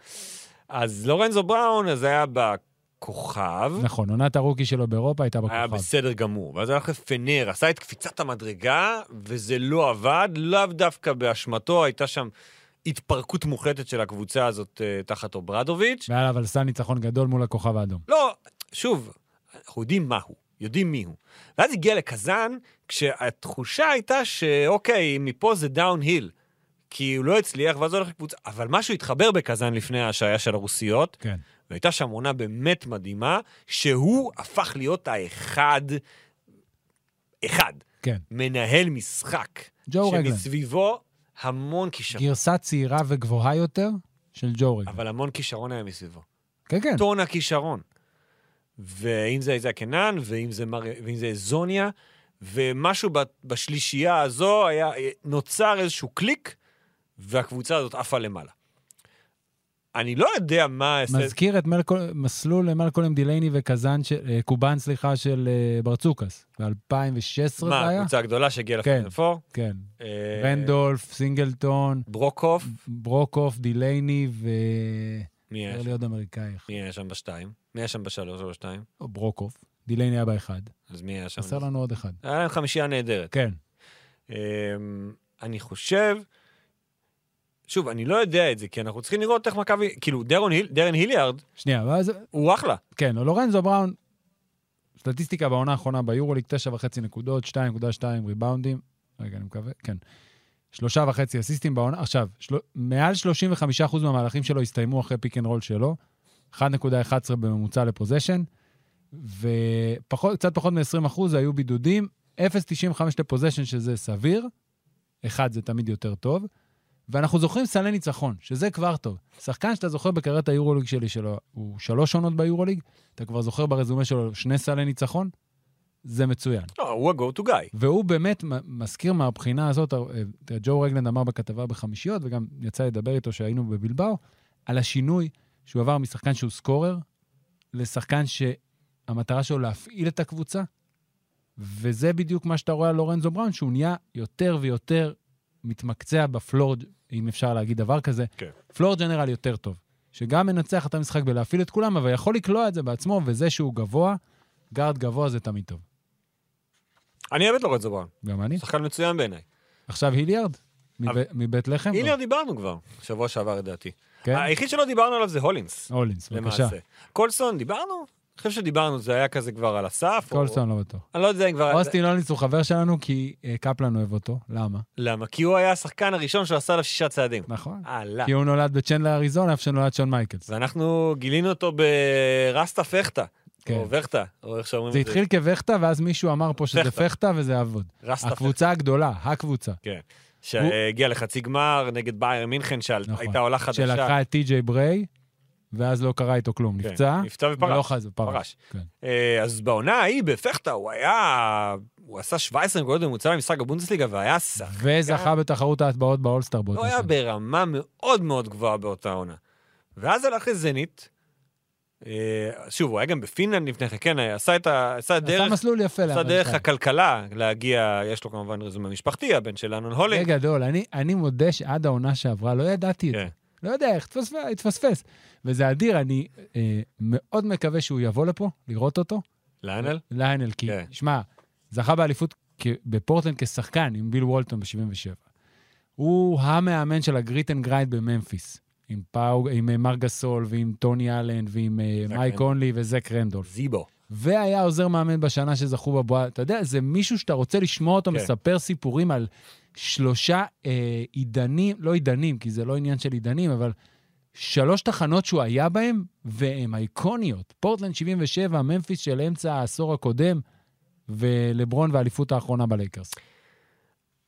Speaker 3: אז לורנזו בראון, אז היה בכוכב.
Speaker 2: נכון, עונת הרוקי שלו באירופה הייתה
Speaker 3: Mm-hmm. היה
Speaker 2: בכוכב.
Speaker 3: בסדר גמור, ואז הלך לפנר, עשה את קפיצת המדרגה, וזה לא עבד, לאו דווקא באשמתו, הייתה שם התפרקות מוחלטת של הקבוצה הזאת אה, תחת אוברדוביץ'.
Speaker 2: והיה לה אבל סל ניצחון גדול מול הכוכב האדום.
Speaker 3: לא, שוב, אנחנו יודעים מה הוא, יודעים מי הוא. ואז הגיע לקזאן, כשהתחושה הייתה שאוקיי, מפה זה דאון היל. כי הוא לא הצליח, ואז הוא הולך לקבוצה, אבל משהו התחבר בקזאן לפני ההשעיה של הרוסיות,
Speaker 2: כן.
Speaker 3: והייתה שם עונה באמת מדהימה, שהוא הפך להיות האחד, אחד,
Speaker 2: כן.
Speaker 3: מנהל משחק.
Speaker 2: ג'ו רגלן.
Speaker 3: שמסביבו המון כישרון,
Speaker 2: גרסה צעירה וגבוהה יותר של ג'ו רגלן.
Speaker 3: כן. אבל המון כישרון היה מסביבו.
Speaker 2: כן, כן.
Speaker 3: טון הכישרון. ואם זה איזה הקנן, ואם זה, מר... ואם זה זוניה, ומשהו ב... בשלישייה הזו היה... נוצר איזשהו קליק, והקבוצה הזאת עפה למעלה. אני לא יודע מה... אעשה-
Speaker 2: מזכיר את מלקול- מסלול למלקולם דילייני וקזאן, של- אה, קובאן, סליחה, של אה, ברצוקס. ב-2016
Speaker 3: מה, אה,
Speaker 2: זה היה?
Speaker 3: הקבוצה הגדולה שהגיעה
Speaker 2: כן.
Speaker 3: לפנפור?
Speaker 2: כן. רנדולף, סינגלטון,
Speaker 3: ברוקוף,
Speaker 2: Mm. ברוקוף, דילייני ו...
Speaker 3: מי היה
Speaker 2: נראה
Speaker 3: שם?
Speaker 2: לי עוד אמריקאי אחד.
Speaker 3: מי היה שם בשתיים? מי היה שם בשלוש או בשתיים?
Speaker 2: או ברוקוף. דילייני היה באחד.
Speaker 3: אז מי היה שם?
Speaker 2: חסר לנו עוד אחד.
Speaker 3: היה להם חמישייה נהדרת.
Speaker 2: כן.
Speaker 3: אמ, אני חושב, שוב, אני לא יודע את זה, כי אנחנו צריכים לראות איך מכבי, כאילו, דרון היל- דרן היליארד
Speaker 2: שנייה, ואז...
Speaker 3: הוא אחלה.
Speaker 2: כן, לורנזו בראון, סטטיסטיקה בעונה האחרונה ביורוליג, 9.5 נקודות, 2.2 ריבאונדים. רגע, אני מקווה, כן. שלושה וחצי אסיסטים בעונה. עכשיו, של... מעל 35% מהמהלכים שלו הסתיימו אחרי פיק אנד רול שלו, 1.11 בממוצע לפוזיישן, וקצת פחות מ-20% היו בידודים, 0.95 לפוזיישן, שזה סביר, אחד זה תמיד יותר טוב, ואנחנו זוכרים סלי ניצחון, שזה כבר טוב. שחקן שאתה זוכר בקריירת היורוליג שלי, שלו הוא שלוש עונות ביורוליג, אתה כבר זוכר ברזומה שלו שני סלי ניצחון, זה מצוין.
Speaker 3: לא, הוא ה-go to guy.
Speaker 2: והוא באמת מ- מזכיר מהבחינה הזאת, אה, תראה, ג'ו רגלנד אמר בכתבה בחמישיות, וגם יצא לדבר איתו שהיינו בבלבאו, על השינוי שהוא עבר משחקן שהוא סקורר, לשחקן שהמטרה שלו להפעיל את הקבוצה, וזה בדיוק מה שאתה רואה על לורנזו בראון, שהוא נהיה יותר ויותר מתמקצע בפלור, אם אפשר להגיד דבר כזה,
Speaker 3: כן.
Speaker 2: פלור ג'נרל יותר טוב, שגם מנצח את המשחק בלהפעיל את כולם, אבל יכול לקלוע את זה בעצמו, וזה שהוא גבוה, גארד גבוה זה תמיד טוב.
Speaker 3: אני אוהב את לורנזו בראון,
Speaker 2: גם אני.
Speaker 3: שחקן מצוין
Speaker 2: כן,
Speaker 3: בעיניי.
Speaker 2: עכשיו היליארד? מב- מבית לחם? לא.
Speaker 3: היליארד דיברנו כבר, שבוע שעבר לדעתי.
Speaker 2: כן?
Speaker 3: היחיד שלא דיברנו עליו זה הולינס,
Speaker 2: הולינס, בבקשה.
Speaker 3: למעשה. קולסון, דיברנו? אני חושב שדיברנו, זה היה כזה כבר על הסף. או-
Speaker 2: קולסון לא בטוח.
Speaker 3: אני לא יודע אם כבר...
Speaker 2: אוסטין הולינס הוא חבר שלנו כי אה, קפלן אוהב אותו. למה?
Speaker 3: למה? כי הוא היה השחקן הראשון שעשה עליו שישה צעדים.
Speaker 2: נכון.
Speaker 3: הלאה.
Speaker 2: כי הוא נולד בצ'נדלר אריזונה, איפה שנולד שון מייקלס.
Speaker 3: ואנחנו גילינו אותו ברסטה פכטה,
Speaker 2: כן.
Speaker 3: או וכטה, או איך שאומרים
Speaker 2: זה
Speaker 3: את זה.
Speaker 2: התחיל כבכתה, ואז מישהו אמר פה שזה
Speaker 3: פכטה.
Speaker 2: פכתה וזה יעבוד.
Speaker 3: רסטה פכטה.
Speaker 2: הקבוצה הגדולה, הקבוצה.
Speaker 3: שהגיע לחצי גמר נגד בייר מינכן,
Speaker 2: נכון.
Speaker 3: שהייתה עולה חדשה.
Speaker 2: שלקחה את טי.ג'יי בריי, ואז לא קרה איתו כלום.
Speaker 3: כן,
Speaker 2: נפצע,
Speaker 3: נפצע ופרש.
Speaker 2: ולא חזר, פרש.
Speaker 3: פרש.
Speaker 2: כן.
Speaker 3: אה, אז בעונה ההיא, בפכטה, הוא היה... הוא עשה 17 נקודות בממוצע למשחק בבונדסליגה, והיה
Speaker 2: נכון.
Speaker 3: שח...
Speaker 2: וזכה בתחרות ההטבעות באולסטאר
Speaker 3: הוא
Speaker 2: באותה
Speaker 3: לא היה
Speaker 2: שנה.
Speaker 3: ברמה מאוד מאוד גבוהה באותה עונה. ואז הלך לזנית. אה, שוב, הוא היה גם בפינלנד לפני כן, כן, עשה את ה... עשה
Speaker 2: עשה
Speaker 3: דרך...
Speaker 2: מסלול יפה
Speaker 3: עשה דרך
Speaker 2: לאמריקאי.
Speaker 3: הכלכלה להגיע, יש לו כמובן רזומה משפחתי, הבן של אלון
Speaker 2: זה
Speaker 3: הולינג.
Speaker 2: גדול. אני, אני מודה שעד העונה שעברה לא ידעתי את זה.
Speaker 3: כן.
Speaker 2: לא יודע איך, התפספ- התפספס. וזה אדיר, אני אה, מאוד מקווה שהוא יבוא לפה, לראות אותו.
Speaker 3: לאנל?
Speaker 2: ליינל, כי,
Speaker 3: כן.
Speaker 2: שמע, זכה באליפות כ- בפורטלנד כשחקן עם ביל וולטון ב-77. הוא המאמן של הגריט אנד גרייד בממפיס, עם, פאו, עם אה, מר גסול ועם טוני אלן ועם אה,
Speaker 3: זק
Speaker 2: מייק
Speaker 3: רנדולף.
Speaker 2: אונלי וזק רנדולף.
Speaker 3: זיבו.
Speaker 2: והיה עוזר מאמן בשנה שזכו בבועה. אתה יודע, זה מישהו שאתה רוצה לשמוע אותו
Speaker 3: כן.
Speaker 2: מספר סיפורים על שלושה אה, עידנים, לא עידנים, כי זה לא עניין של עידנים, אבל שלוש תחנות שהוא היה בהן, והן אייקוניות. פורטלנד 77, ממפיס של אמצע העשור הקודם, ולברון והאליפות האחרונה בלייקרס.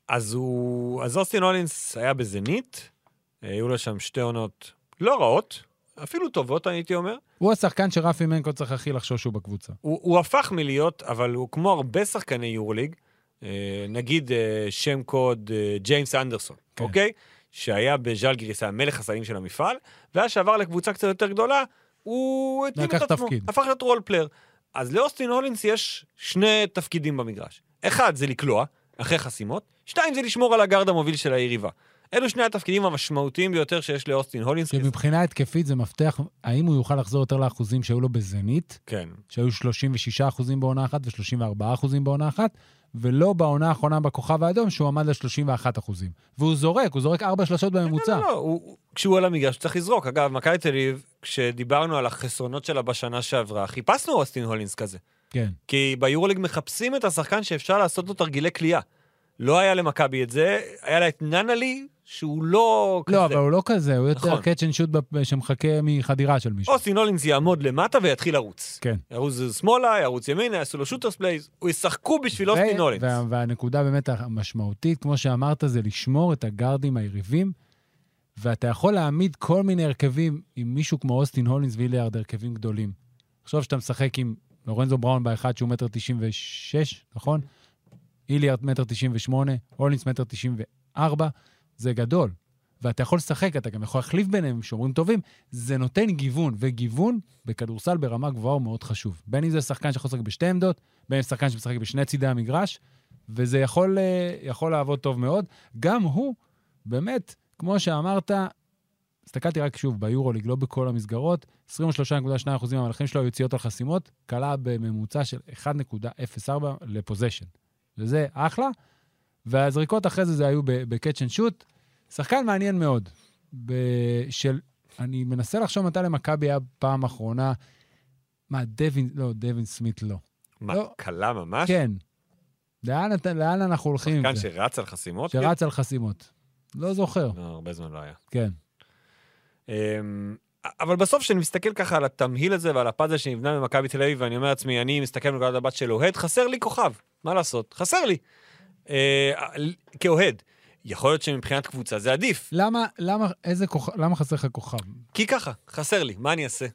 Speaker 3: אז הוא... אז אוסטין הולינס היה בזנית, היו לו שם שתי עונות לא רעות, אפילו טובות, הייתי אומר.
Speaker 2: הוא השחקן שרפי מנקו צריך הכי לחשוש שהוא בקבוצה.
Speaker 3: הוא, הוא הפך מלהיות, אבל הוא כמו הרבה שחקני יורליג, אה, נגיד אה, שם קוד אה, ג'יימס אנדרסון,
Speaker 2: כן.
Speaker 3: כן. אוקיי? שהיה בז'לגיריס, היה מלך הסלים של המפעל, ואז שעבר לקבוצה קצת יותר גדולה, הוא התאים את
Speaker 2: לקח
Speaker 3: עצמו,
Speaker 2: תפקיד.
Speaker 3: הפך להיות רול פלייר. אז לאוסטין הולינס יש שני תפקידים במגרש. אחד, זה לקלוע, אחרי חסימות, שתיים, זה לשמור על הגארד המוביל של היריבה. אלו שני התפקידים המשמעותיים ביותר שיש לאוסטין הולינס.
Speaker 2: שמבחינה התקפית זה מפתח, האם הוא יוכל לחזור יותר לאחוזים שהיו לו בזנית,
Speaker 3: כן.
Speaker 2: שהיו 36 אחוזים בעונה אחת ו-34 אחוזים בעונה אחת, ולא בעונה האחרונה בכוכב האדום, שהוא עמד על 31 אחוזים. והוא זורק, הוא זורק ארבע שלשות בממוצע.
Speaker 3: לא, לא, לא, הוא- הוא- כשהוא על המגרש הוא צריך לזרוק. אגב, מכבי תל אביב, כשדיברנו על החסרונות שלה בשנה שעברה, חיפשנו אוסטין הולינס כזה.
Speaker 2: כן.
Speaker 3: כי ביורוליג מחפשים את השחקן שאפשר לעשות לו תרגילי קליעה. לא היה למכבי את זה, היה לה את ננלי, שהוא לא כזה.
Speaker 2: לא, אבל הוא לא כזה, הוא יותר
Speaker 3: נכון.
Speaker 2: catch and shoot בפ- שמחכה מחדירה של מישהו.
Speaker 3: אוסטין הולינס יעמוד למטה ויתחיל לרוץ.
Speaker 2: כן.
Speaker 3: ירוץ שמאלה, ירוץ ימינה, יעשו לו שוטרס פלייז, הוא ישחקו בשביל
Speaker 2: ו-
Speaker 3: אוסטין הולינס.
Speaker 2: וה- והנקודה באמת המשמעותית, כמו שאמרת, זה לשמור את הגארדים היריבים, ואתה יכול להעמיד כל מיני הרכבים עם מישהו כמו אוסטין הולינס והיליארד, הרכבים גדולים. תחשוב שאתה משחק עם לורנזו בראון באחד שהוא מטר תשעים ושש, נכון? היליארד מטר תשעים ושמונה, הולינס מטר תשעים וארבע, זה גדול. ואתה יכול לשחק, אתה גם יכול להחליף ביניהם, שומרים טובים, זה נותן גיוון, וגיוון בכדורסל ברמה גבוהה הוא מאוד חשוב. בין אם זה שחקן שיכול לשחק בשתי עמדות, בין אם שחקן שמשחק בשני צידי המגרש, וזה יכול, אה, יכול לעבוד טוב מאוד. גם הוא, באמת, כמו שאמרת, הסתכלתי רק שוב ביורוליג, לא בכל המסגרות, 23.2% מהמלכים שלו היו יציאות על חסימות, כלה בממוצע של 1.04 לפוזיישן. וזה אחלה. והזריקות אחרי זה, זה היו בקאצ' אנד שוט. שחקן מעניין מאוד. ב... של... אני מנסה לחשוב מתי למכבי היה פעם אחרונה. מה, דווין, לא, דווין סמית לא.
Speaker 3: מה,
Speaker 2: לא.
Speaker 3: קלה ממש?
Speaker 2: כן. לאן, אתה- לאן אנחנו הולכים עם
Speaker 3: שחקן
Speaker 2: זה?
Speaker 3: שרץ על חסימות? כן?
Speaker 2: שרץ על חסימות. לא זוכר,
Speaker 3: לא, הרבה זמן לא היה.
Speaker 2: כן.
Speaker 3: אמ, אבל בסוף, כשאני מסתכל ככה על התמהיל הזה ועל הפאזל שנבנה במכבי תל אביב, ואני אומר לעצמי, אני מסתכל מנקודת הבת של אוהד, חסר לי כוכב, מה לעשות? חסר לי. אה, כאוהד. יכול להיות שמבחינת קבוצה זה עדיף,
Speaker 2: למה, למה, איזה כוכב, למה חסר לך כוכב?
Speaker 3: כי ככה, חסר לי, מה אני אעשה?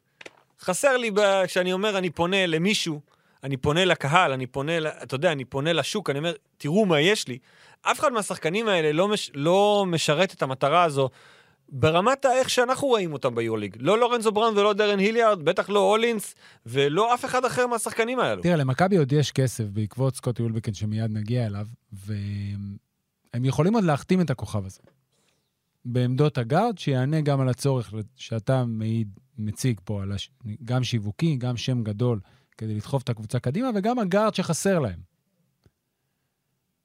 Speaker 3: חסר לי ב- כשאני אומר, אני פונה למישהו, אני פונה לקהל, אני פונה, ל- אתה יודע, אני פונה לשוק, אני אומר, תראו מה יש לי. אף אחד מהשחקנים האלה לא, מש, לא משרת את המטרה הזו ברמת האיך שאנחנו רואים אותם ביורליג. לא לורנזו בראון ולא דרן היליארד, בטח לא הולינס, ולא אף אחד אחר מהשחקנים האלו.
Speaker 2: תראה, למכבי עוד יש כסף בעקבות סקוטי אולבקן שמיד נגיע אליו, והם יכולים עוד להחתים את הכוכב הזה. בעמדות הגארד, שיענה גם על הצורך שאתה מעיד, מציג פה, על הש... גם שיווקי, גם שם גדול, כדי לדחוף את הקבוצה קדימה, וגם הגארד שחסר להם.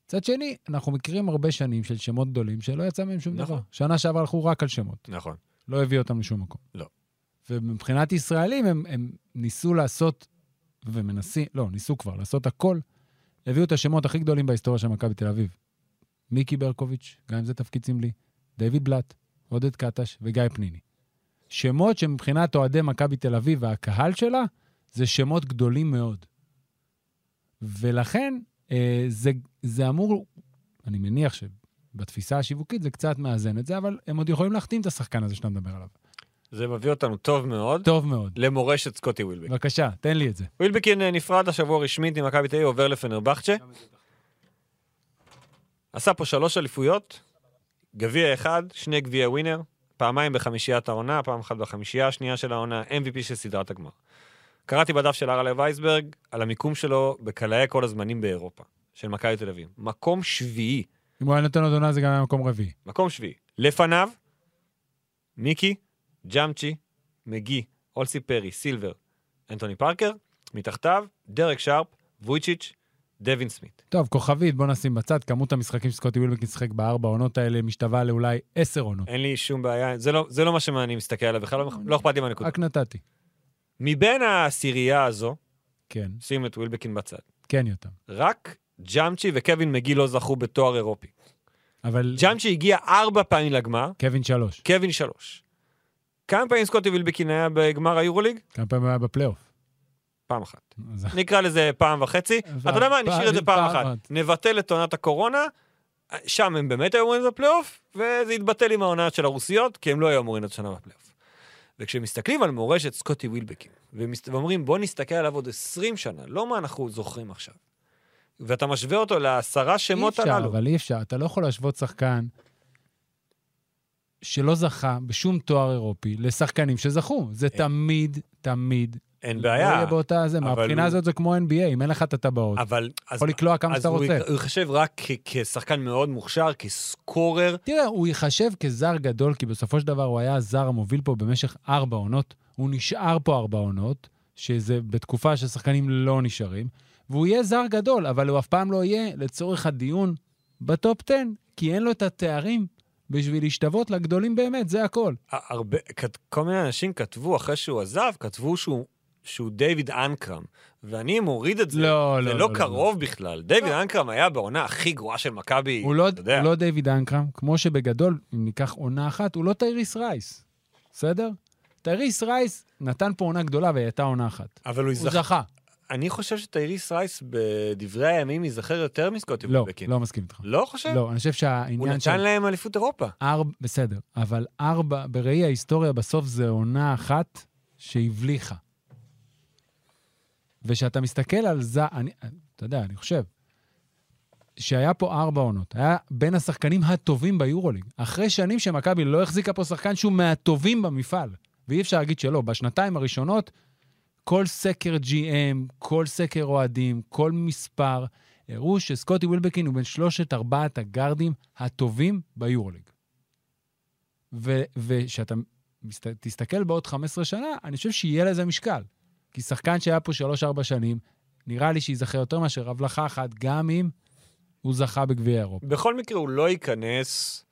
Speaker 2: מצד שני, אנחנו מכירים הרבה שנים של שמות גדולים שלא יצא מהם שום
Speaker 3: נכון.
Speaker 2: דבר. שנה שעברה הלכו רק על שמות.
Speaker 3: נכון.
Speaker 2: לא הביא אותם לשום מקום.
Speaker 3: לא.
Speaker 2: ומבחינת ישראלים, הם, הם ניסו לעשות, ומנסים, לא, ניסו כבר לעשות הכל, הביאו את השמות הכי גדולים בהיסטוריה של מכבי תל אביב. מיקי ברקוביץ', גם אם זה תפקיד סמלי, דיוויד בלאט, עודד קטש וגיא פניני. שמות שמבחינת אוהדי מכבי תל אביב והקהל שלה, זה שמות גדולים מאוד. ולכן, אה, זה, זה אמור, אני מניח שבתפיסה השיווקית זה קצת מאזן את זה, אבל הם עוד יכולים להחתים את השחקן הזה שאתה מדבר עליו.
Speaker 3: זה מביא אותנו טוב מאוד
Speaker 2: טוב מאוד.
Speaker 3: למורשת סקוטי ווילבק.
Speaker 2: בבקשה, תן לי את זה.
Speaker 3: ווילבקין אה, נפרד השבוע רשמית ממכבי תל אביב, עובר לפנרבחצ'ה. עשה פה שלוש אליפויות, גביע אחד, שני גביע ווינר, פעמיים בחמישיית העונה, פעם אחת בחמישייה השנייה של העונה, MVP של סדרת הגמר. קראתי בדף של הרלב וייסברג על המיקום שלו בקלעי כל הזמנים באירופה, של מכבי תל אביב. מקום שביעי,
Speaker 2: אם הוא היה נותן עוד עונה זה גם היה מקום רביעי.
Speaker 3: מקום שביעי. לפניו, מיקי, ג'אמצ'י, מגי, אולסי פרי, סילבר, אנטוני פארקר, מתחתיו, דרק שרפ, וויצ'יץ', דווין סמית.
Speaker 2: טוב, כוכבית, בוא נשים בצד. כמות המשחקים שסקוטי ווילבקין שיחק בארבע עונות האלה משתווה לאולי עשר עונות.
Speaker 3: אין לי שום בעיה, זה לא, זה לא מה
Speaker 2: אוקיי.
Speaker 3: שאני מסתכל עליו בכלל, לא, לא אכפת לי מהנקודה.
Speaker 2: רק נתתי.
Speaker 3: מבין העשירייה הזו,
Speaker 2: כן,
Speaker 3: שים את ווילבקין בצד.
Speaker 2: כן יותם.
Speaker 3: רק ג'אמצ'י וקווין מגי לא זכו בתואר אירופי.
Speaker 2: אבל
Speaker 3: ג'אמצ'י הגיע ארבע פעמים לגמר,
Speaker 2: קווין שלוש.
Speaker 3: קווין שלוש. כמה פעמים סקוטי ווילבקין היה בגמר היורוליג?
Speaker 2: כמה פעמים היה בפלייאוף?
Speaker 3: פעם אחת.
Speaker 2: אז-
Speaker 3: נקרא לזה פעם וחצי.
Speaker 2: פעם-
Speaker 3: אתה יודע מה, נשאיר את זה פעם
Speaker 2: פעם
Speaker 3: אחת.
Speaker 2: אחת.
Speaker 3: נבטל את עונת הקורונה, שם הם באמת היו אמורים להיות בפלייאוף, וזה התבטל עם העונה של הרוסיות, כי הם לא היו אמורים להיות שנה בפלייאוף. וכשמסתכלים על מורשת סקוטי ווילבקין, ומס- ואומרים, בוא נסתכל עליו עוד 20 שנה, לא מה אנחנו זוכרים עכשיו. ואתה משווה אותו לעשרה שמות
Speaker 2: אי אפשר,
Speaker 3: הללו.
Speaker 2: אבל אי אפשר. אתה לא יכול להשוות שחקן שלא זכה בשום תואר אירופי לשחקנים שזכו. זה תמיד, תמיד.
Speaker 3: אין
Speaker 2: לא
Speaker 3: בעיה,
Speaker 2: יהיה באותה זה.
Speaker 3: אבל
Speaker 2: מהבחינה
Speaker 3: הוא-
Speaker 2: הזאת זה כמו NBA, אם אין לך את הטבעות.
Speaker 3: אבל... אז-
Speaker 2: יכול לקלוע כמה
Speaker 3: אז
Speaker 2: שאתה
Speaker 3: הוא
Speaker 2: רוצה.
Speaker 3: ייח- הוא ייחשב רק כ- כשחקן מאוד מוכשר, כסקורר.
Speaker 2: תראה, הוא ייחשב כזר גדול, כי בסופו של דבר הוא היה הזר המוביל פה במשך ארבע עונות. הוא נשאר פה ארבע עונות, שזה בתקופה ששחקנים לא נשארים, והוא יהיה זר גדול, אבל הוא אף פעם לא יהיה, לצורך הדיון, בטופ 10, כי אין לו את התארים בשביל להשתוות לגדולים באמת, זה הכל.
Speaker 3: הרבה, כת- כל מיני אנשים כתבו, אחרי שהוא עזב, כתבו שהוא, שהוא דיוויד אנקרם. ואני מוריד את זה,
Speaker 2: לא,
Speaker 3: זה
Speaker 2: לא,
Speaker 3: לא,
Speaker 2: לא, לא,
Speaker 3: קרוב בכלל. דיוויד אנקרם היה בעונה הכי גרועה של מכבי,
Speaker 2: הוא לא,
Speaker 3: אתה יודע.
Speaker 2: הוא לא דיוויד אנקרם, כמו שבגדול, אם ניקח עונה אחת, הוא לא טייריס רייס, בסדר? טייריס רייס נתן פה עונה גדולה והיא הייתה עונה אחת.
Speaker 3: אבל הוא
Speaker 2: הוא
Speaker 3: יזכר,
Speaker 2: זכה.
Speaker 3: אני חושב שטייריס רייס בדברי הימים ייזכר יותר מסקוטי
Speaker 2: לא,
Speaker 3: וודבקין.
Speaker 2: לא מסכים איתך.
Speaker 3: לא חושב?
Speaker 2: לא, אני חושב
Speaker 3: הוא
Speaker 2: שהעניין
Speaker 3: נתן
Speaker 2: של...
Speaker 3: להם אליפות אירופה.
Speaker 2: ארבע, בסדר, אבל ארבע, בראי ההיסטוריה, בסוף זה עונה אחת שהבליחה. וכשאתה מסתכל על זה, אני, אתה יודע, אני חושב, שהיה פה ארבע עונות, היה בין השחקנים הטובים ביורוליג. אחרי שנים שמכבי לא החזיקה פה שחקן שהוא מהטובים במפעל, ואי אפשר להגיד שלא. בשנתיים הראשונות, כל סקר GM, כל סקר אוהדים, כל מספר, הראו שסקוטי ווילבקין הוא בין שלושת ארבעת הגארדים הטובים ביורוליג. ו- וכשאתה מסת- תסתכל בעוד 15 שנה, אני חושב שיהיה לזה משקל. כי שחקן שהיה פה 3-4 שנים, נראה לי שייזכר יותר מאשר הבלחה אחת, גם אם הוא זכה בגביע אירופה.
Speaker 3: בכל מקרה, הוא לא ייכנס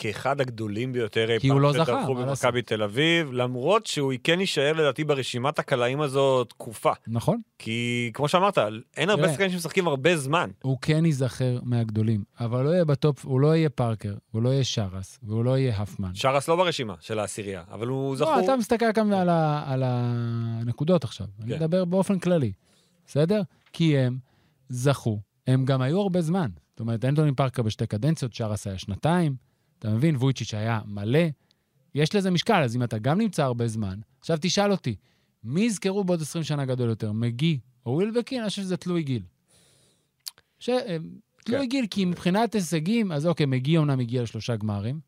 Speaker 3: כאחד הגדולים ביותר אי
Speaker 2: כי
Speaker 3: פעם
Speaker 2: הוא לא זכה,
Speaker 3: שדרכו
Speaker 2: מה
Speaker 3: במכבי תל אביב, למרות שהוא כן יישאר לדעתי ברשימת הקלעים הזו תקופה.
Speaker 2: נכון?
Speaker 3: כי כמו שאמרת, אין הרבה
Speaker 2: תראה.
Speaker 3: שחקנים שמשחקים הרבה זמן.
Speaker 2: הוא כן ייזכר מהגדולים, אבל לא יהיה בטופ, הוא לא יהיה פארקר, הוא לא יהיה שרס, והוא לא יהיה הפמן.
Speaker 3: שרס לא ברשימה של העשירייה, אבל הוא זכור.
Speaker 2: לא, אתה מסתכל כאן על, ה, על הנקודות עכשיו. כן. אני
Speaker 3: כן.
Speaker 2: מדבר באופן כללי, בסדר? כי הם זכו, הם גם היו הרבה זמן. זאת אומרת, אנטוני פארקר בשתי קדנציות, שרס היה שנתיים, אתה מבין? וויצ'יץ' היה מלא. יש לזה משקל, אז אם אתה גם נמצא הרבה זמן, עכשיו תשאל אותי, מי יזכרו בעוד 20 שנה גדול יותר, מגי או ווילבקין? אני חושב שזה תלוי גיל. ש... אה, תלוי
Speaker 3: כן.
Speaker 2: גיל, כי מבחינת הישגים, אז אוקיי, מגי אומנם הגיע לשלושה גמרים.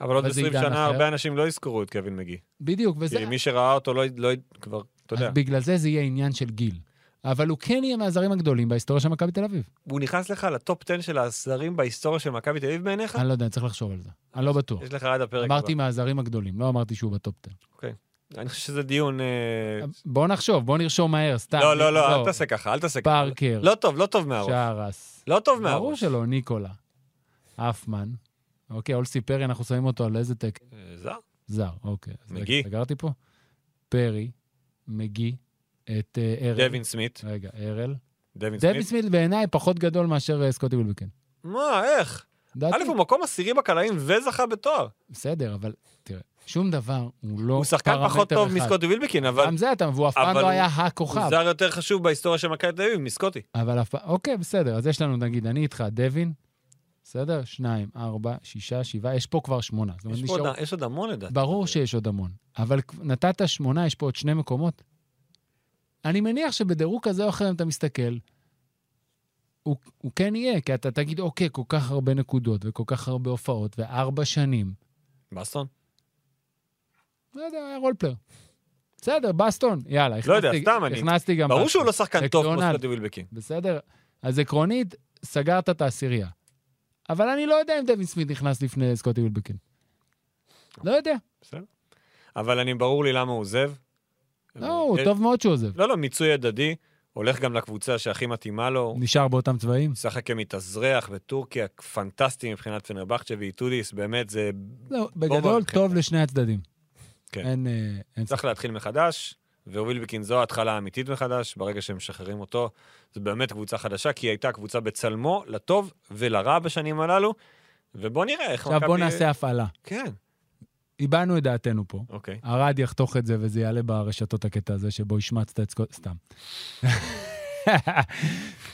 Speaker 3: אבל עוד
Speaker 2: אבל זה
Speaker 3: 20
Speaker 2: עידן
Speaker 3: שנה
Speaker 2: אחר.
Speaker 3: הרבה אנשים לא יזכרו את קווין מגי.
Speaker 2: בדיוק, וזה...
Speaker 3: כי מי שראה אותו לא, לא כבר, אתה יודע.
Speaker 2: אז בגלל זה זה יהיה עניין של גיל. אבל הוא כן יהיה מהזרים הגדולים בהיסטוריה של מכבי תל אביב.
Speaker 3: הוא נכנס לך לטופ 10 של הזרים בהיסטוריה של מכבי תל אביב בעיניך?
Speaker 2: אני לא יודע, אני צריך לחשוב על זה. אני לא בטוח.
Speaker 3: יש לך עד הפרק הבא.
Speaker 2: אמרתי מהזרים הגדולים, לא אמרתי שהוא בטופ 10.
Speaker 3: אני חושב שזה דיון... אה,
Speaker 2: בואו נחשוב, בואו נרשום מהר, אמ- סתם.
Speaker 3: לא, לא, לא, אל תעשה ככה, אל תעשה ככה.
Speaker 2: פארקר,
Speaker 3: לא טוב, לא טוב מהראש.
Speaker 2: שרס.
Speaker 3: לא טוב
Speaker 2: ברור
Speaker 3: מהראש.
Speaker 2: שלא, ניקולה. הפמן. אוקיי, אולסי פרי, אנחנו שמים אותו על איזה תק...
Speaker 3: אה, זר.
Speaker 2: זר, אוקיי. אז רגע,
Speaker 3: מגי.
Speaker 2: סגרתי פה. פרי, מגי, את אה, ארל.
Speaker 3: דווין סמית.
Speaker 2: רגע, ארל.
Speaker 3: דווין
Speaker 2: דווין
Speaker 3: סמית.
Speaker 2: סמית בעיניי פחות גדול מאשר אה, סקוטי וילבקין.
Speaker 3: מה, איך?
Speaker 2: דעתי.
Speaker 3: א', הוא מקום עשירי בקלעים וזכה בתואר.
Speaker 2: בסדר, אבל תראה, שום דבר הוא לא
Speaker 3: הוא שחקן פחות
Speaker 2: פרמטר
Speaker 3: טוב
Speaker 2: אחד.
Speaker 3: מסקוטי ווילבקין, אבל
Speaker 2: גם זה אתה, והוא אף
Speaker 3: אבל
Speaker 2: פעם לא
Speaker 3: הוא-
Speaker 2: היה
Speaker 3: הוא
Speaker 2: הכוכב.
Speaker 3: זר יותר חשוב בהיסטוריה של מכבי תל אביב מסקוטי.
Speaker 2: אבל אף פעם, אוקיי, בסדר, אז יש לנו, נגיד, אני איתך, דווין, בסדר? שניים, ארבע, שישה, שבעה, יש פה כבר שמונה. זאת אומרת,
Speaker 3: יש פה
Speaker 2: נשארו-
Speaker 3: עוד- יש עוד המון לדעתי.
Speaker 2: ברור שיש עוד המון, אבל כ- נתת שמונה, יש פה עוד שני מקומות. אני מניח שבדירוג כזה או אחר, אם אתה מסתכל, הוא, הוא כן יהיה, כי אתה תגיד, אוקיי, כל כך הרבה נקודות וכל כך הרבה הופעות וארבע שנים.
Speaker 3: בסון?
Speaker 2: לא יודע, היה רולפלר. בסדר, בסטון, יאללה.
Speaker 3: לא יודע,
Speaker 2: הכנסתי-
Speaker 3: סתם, אני-
Speaker 2: הכנסתי גם
Speaker 3: ברור
Speaker 2: בסטון.
Speaker 3: שהוא לא שחקן טוב כמו
Speaker 2: מקדונלד.
Speaker 3: סקוטי ווילבקין.
Speaker 2: בסדר? אז עקרונית, סגרת את העשירייה. אבל אני לא יודע אם דווין סמית נכנס לפני סקוטי וילבקין. לא יודע.
Speaker 3: בסדר. אבל אני, ברור לי למה הוא עוזב.
Speaker 2: לא, הוא
Speaker 3: אה,
Speaker 2: טוב מאוד שהוא עוזב.
Speaker 3: לא, לא, מיצוי הדדי. הולך גם לקבוצה שהכי מתאימה לו.
Speaker 2: נשאר באותם צבעים?
Speaker 3: משחק כמתאזרח בטורקיה, פנטסטי מבחינת פנרבחצ'ה ואיטודיס, באמת, זה...
Speaker 2: לא,
Speaker 3: בוא, בוא,
Speaker 2: בגדול,
Speaker 3: נתחיל.
Speaker 2: טוב לשני הצדדים.
Speaker 3: כן.
Speaker 2: אין אה, אין ספק.
Speaker 3: צריך להתחיל מחדש. ווילבקין זו ההתחלה האמיתית מחדש, ברגע שהם משחררים אותו, זו באמת קבוצה חדשה, כי היא הייתה קבוצה בצלמו, לטוב ולרע בשנים הללו, ובוא נראה איך
Speaker 2: עכשיו בוא נעשה הפעלה.
Speaker 3: כן,
Speaker 2: הבענו את דעתנו פה.
Speaker 3: אוקיי.
Speaker 2: ערד יחתוך את זה וזה יעלה ברשתות הקטע הזה שבו השמצת את סקוט... סתם.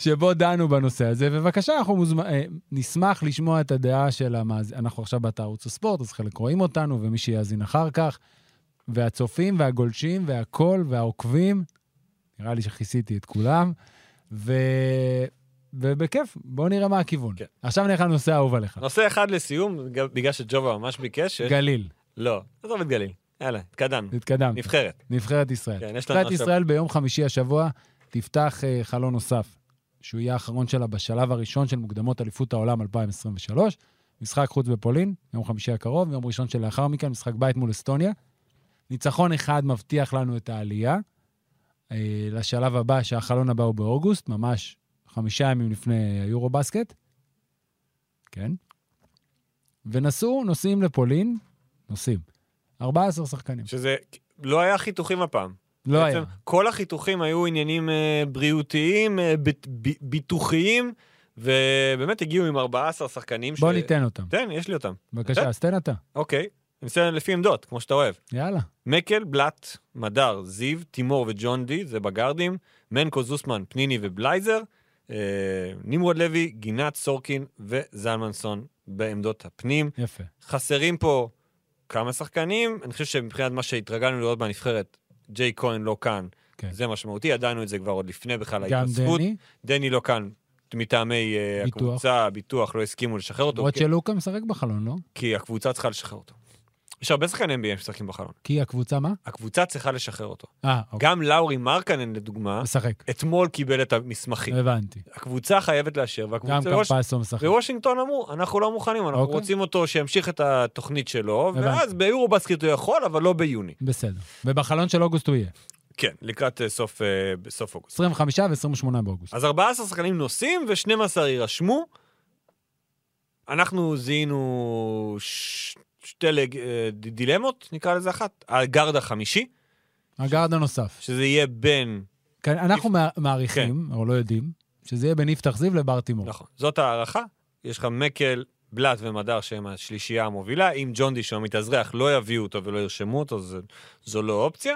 Speaker 2: שבו דנו בנושא הזה, ובבקשה, אנחנו מוזמ... אה, נשמח לשמוע את הדעה של המאזין. אנחנו עכשיו באתר ערוץ הספורט, אז חלק רואים אותנו, ומי שיאזין אחר כך, והצופים, והגולשים, והכול, והעוקבים, נראה לי שכיסיתי את כולם, ו... ובכיף, בואו נראה מה הכיוון.
Speaker 3: כן. אוקיי.
Speaker 2: עכשיו נלך לנושא האהוב עליך.
Speaker 3: נושא אחד לסיום, בגלל- בגלל שג'ובה ממש ביקש, ש-
Speaker 2: גליל,
Speaker 3: לא, עזוב את גליל, יאללה, התקדמנו,
Speaker 2: התקדמת.
Speaker 3: נבחרת.
Speaker 2: נבחרת ישראל.
Speaker 3: כן, יש לנו
Speaker 2: נבחרת
Speaker 3: עכשיו-
Speaker 2: ישראל ביום חמישי השבוע תפתח אה, חלון נוסף, שהוא יהיה האחרון שלה בשלב הראשון של מוקדמות אליפות העולם 2023. משחק חוץ בפולין, יום חמישי הקרוב, יום ראשון שלאחר מכן, משחק בית מול אסטוניה. ניצחון אחד מבטיח לנו את העלייה אה, לשלב הבא, שהחלון הבא הוא באוגוסט, ממש חמישה ימים לפני היורו בסקט. כן. ונסעו, נוסעים לפולין, נוסעים. 14 שחקנים.
Speaker 3: שזה לא היה חיתוכים הפעם.
Speaker 2: לא
Speaker 3: בעצם
Speaker 2: היה.
Speaker 3: כל החיתוכים היו עניינים אה, בריאותיים, אה, בית- ב- ביטוחיים, ובאמת הגיעו עם 14 שחקנים.
Speaker 2: בוא ניתן אותם.
Speaker 3: תן, יש לי אותם.
Speaker 2: בבקשה, אז תן אתה.
Speaker 3: אוקיי. אני עושה לפי עמדות, כמו שאתה אוהב.
Speaker 2: יאללה.
Speaker 3: מקל, בלאט, מדר, זיו, תימור וג'ון די, זה בגארדים, מנקו, זוסמן, פניני ובלייזר, אה, נמרוד לוי, גינת, סורקין וזלמנסון בעמדות הפנים.
Speaker 2: יפה.
Speaker 3: חסרים פה כמה שחקנים, אני חושב שמבחינת מה שהתרגלנו לראות בנבחרת, ג'יי כהן לא כאן,
Speaker 2: כן.
Speaker 3: זה משמעותי, ידענו את זה כבר עוד לפני בכלל
Speaker 2: גם
Speaker 3: ההתאספות.
Speaker 2: דני,
Speaker 3: דני לא כאן. מטעמי אה,
Speaker 2: ביטוח.
Speaker 3: הקבוצה, הביטוח, לא הסכימו לשחרר אותו,
Speaker 2: למרות
Speaker 3: כי-
Speaker 2: שלוקה משחק בחלון, לא?
Speaker 3: כי הקבוצה צריכה לשחרר אותו. יש הרבה שחקני NBA שמשחקים בחלון.
Speaker 2: כי הקבוצה מה?
Speaker 3: הקבוצה צריכה לשחרר אותו.
Speaker 2: אה, אוקיי.
Speaker 3: גם לאורי מרקנן, לדוגמה,
Speaker 2: משחק.
Speaker 3: אתמול קיבל את המסמכים.
Speaker 2: הבנתי.
Speaker 3: הקבוצה חייבת לאשר,
Speaker 2: אה. גם
Speaker 3: והקבוצה... בוש-
Speaker 2: קמפסו משחק.
Speaker 3: ווושינגטון אמרו, אנחנו לא מוכנים, אנחנו
Speaker 2: אוקיי.
Speaker 3: רוצים אותו שימשיך את התוכנית שלו,
Speaker 2: הבנתי.
Speaker 3: ואז ביורובסקט הוא יכול, אבל לא ביוני.
Speaker 2: בסדר. ובחלון של אוגוסט הוא יהיה.
Speaker 3: כן, לקראת אה, סוף אה, בסוף אוגוסט.
Speaker 2: 25 ו-28 באוגוסט.
Speaker 3: אז 14 שחקנים נוסעים ו-12 יירשמו. אנחנו זיהינו ש... שתי לג... אה, ד- דילמות, נקרא לזה אחת. הגארד החמישי,
Speaker 2: הגארד הנוסף.
Speaker 3: שזה יהיה בין...
Speaker 2: כן, אנחנו מע- מעריכים, או לא יודעים, שזה יהיה בין יפתח זיו לברטימור.
Speaker 3: כן. נכון, זאת ההערכה. יש לך מקל, בלאט ומדר שהם השלישייה המובילה. אם ג'ונדי שהוא המתאזרח לא יביאו אותו ולא ירשמו אותו, זו, זו לא אופציה.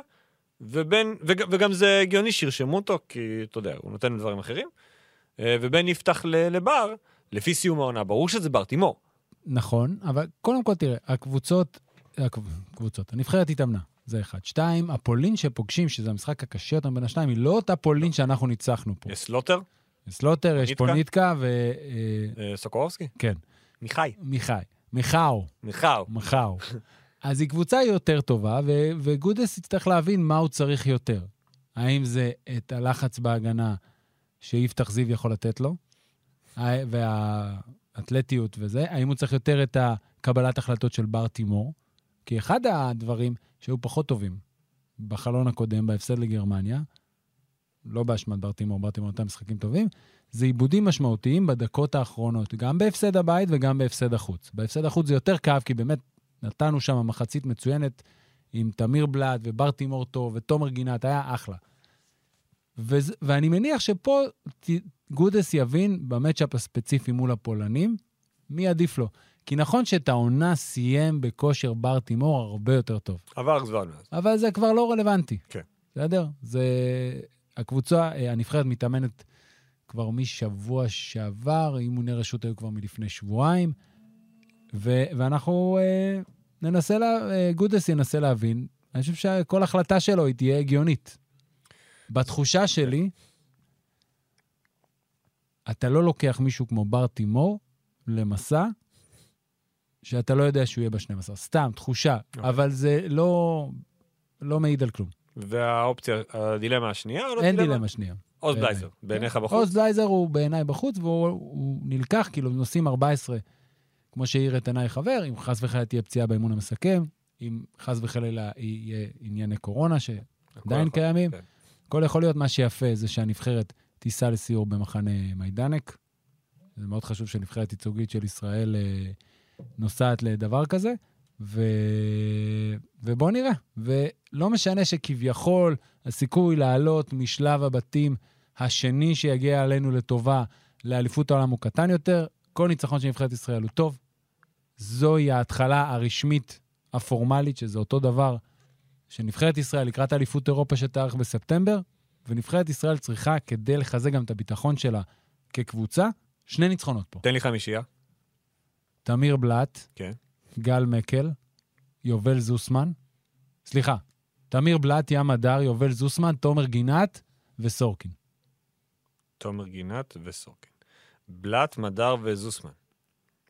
Speaker 3: ובין, וג, וגם זה הגיוני שירשמו אותו, כי אתה יודע, הוא נותן לדברים אחרים. אה, ובין יפתח ל- לבר, לפי סיום העונה, ברור שזה ברטימור.
Speaker 2: נכון, אבל קודם כל תראה, הקבוצות, הקבוצות, הנבחרת התאמנה, זה אחד. שתיים, הפולין שפוגשים, שזה המשחק הקשה יותר בין השניים, היא לא אותה פולין שאנחנו ניצחנו פה.
Speaker 3: יש סלוטר,
Speaker 2: סלוטר, יש
Speaker 3: פוניטקה?
Speaker 2: פוניטקה ו... אה,
Speaker 3: אה, סוקורובסקי,
Speaker 2: כן,
Speaker 3: מיכאי,
Speaker 2: מיכאי. מיכאו,
Speaker 3: מיכאו.
Speaker 2: מיכאו. אז היא קבוצה יותר טובה, ו- וגודס יצטרך להבין מה הוא צריך יותר. האם זה את הלחץ בהגנה שיפתח זיו יכול לתת לו, ה- והאתלטיות וזה, האם הוא צריך יותר את הקבלת החלטות של בר תימור? כי אחד הדברים שהיו פחות טובים בחלון הקודם, בהפסד לגרמניה, לא באשמת בר תימור, בר תימור נתן משחקים טובים, זה עיבודים משמעותיים בדקות האחרונות, גם בהפסד הבית וגם בהפסד החוץ. בהפסד החוץ זה יותר כאב, כי באמת נתנו שם מחצית מצוינת עם תמיר בלאט ובר תימור טוב ותומר גינת, היה אחלה. וזה, ואני מניח שפה ת, גודס יבין במצ'אפ הספציפי מול הפולנים, מי עדיף לו. כי נכון שאת העונה סיים בכושר בר תימור הרבה יותר טוב.
Speaker 3: עבר זמן מאז.
Speaker 2: אבל זה כבר לא רלוונטי.
Speaker 3: כן.
Speaker 2: בסדר? זה... הקבוצה, אה, הנבחרת מתאמנת כבר משבוע שעבר, אימוני רשות היו כבר מלפני שבועיים, ו- ואנחנו אה, ננסה, לה, אה, גודס ינסה להבין. אני חושב שכל החלטה שלו היא תהיה הגיונית. בתחושה שלי, אתה לא לוקח מישהו כמו בר תימור למסע שאתה לא יודע שהוא יהיה ב-12. סתם, תחושה.
Speaker 3: אוקיי.
Speaker 2: אבל זה לא... לא מעיד על כלום.
Speaker 3: והאופציה, הדילמה השנייה, או לא
Speaker 2: אין דילמה שנייה.
Speaker 3: עוז
Speaker 2: בעיניי.
Speaker 3: בלייזר, בעיניך
Speaker 2: כן.
Speaker 3: בחוץ?
Speaker 2: עוז בלייזר הוא בעיניי בחוץ, והוא הוא נלקח, כאילו, נוסעים 14, כמו שהאיר את עיניי חבר, אם חס וחלילה תהיה פציעה באימון המסכם, אם חס וחלילה יהיה ענייני קורונה שעדיין
Speaker 3: הכל יכול.
Speaker 2: קיימים,
Speaker 3: כן.
Speaker 2: הכל יכול להיות. מה שיפה זה שהנבחרת תיסע לסיור במחנה מיידנק. זה מאוד חשוב שנבחרת ייצוגית של ישראל אה, נוסעת לדבר כזה, ו... ובואו נראה. ולא משנה שכביכול הסיכוי לעלות משלב הבתים השני שיגיע עלינו לטובה לאליפות העולם הוא קטן יותר, כל ניצחון של נבחרת ישראל הוא טוב. זוהי ההתחלה הרשמית, הפורמלית, שזה אותו דבר, שנבחרת ישראל לקראת אליפות אירופה שתארך בספטמבר, ונבחרת ישראל צריכה, כדי לחזק גם את הביטחון שלה כקבוצה, שני ניצחונות פה.
Speaker 3: תן לי חמישייה.
Speaker 2: תמיר בלאט,
Speaker 3: כן.
Speaker 2: גל מקל, יובל זוסמן, סליחה, תמיר בלאט, ים הדר, יובל זוסמן, תומר גינת וסורקין.
Speaker 3: תומר גינת וסורקין. בלאט, מדר וזוסמן.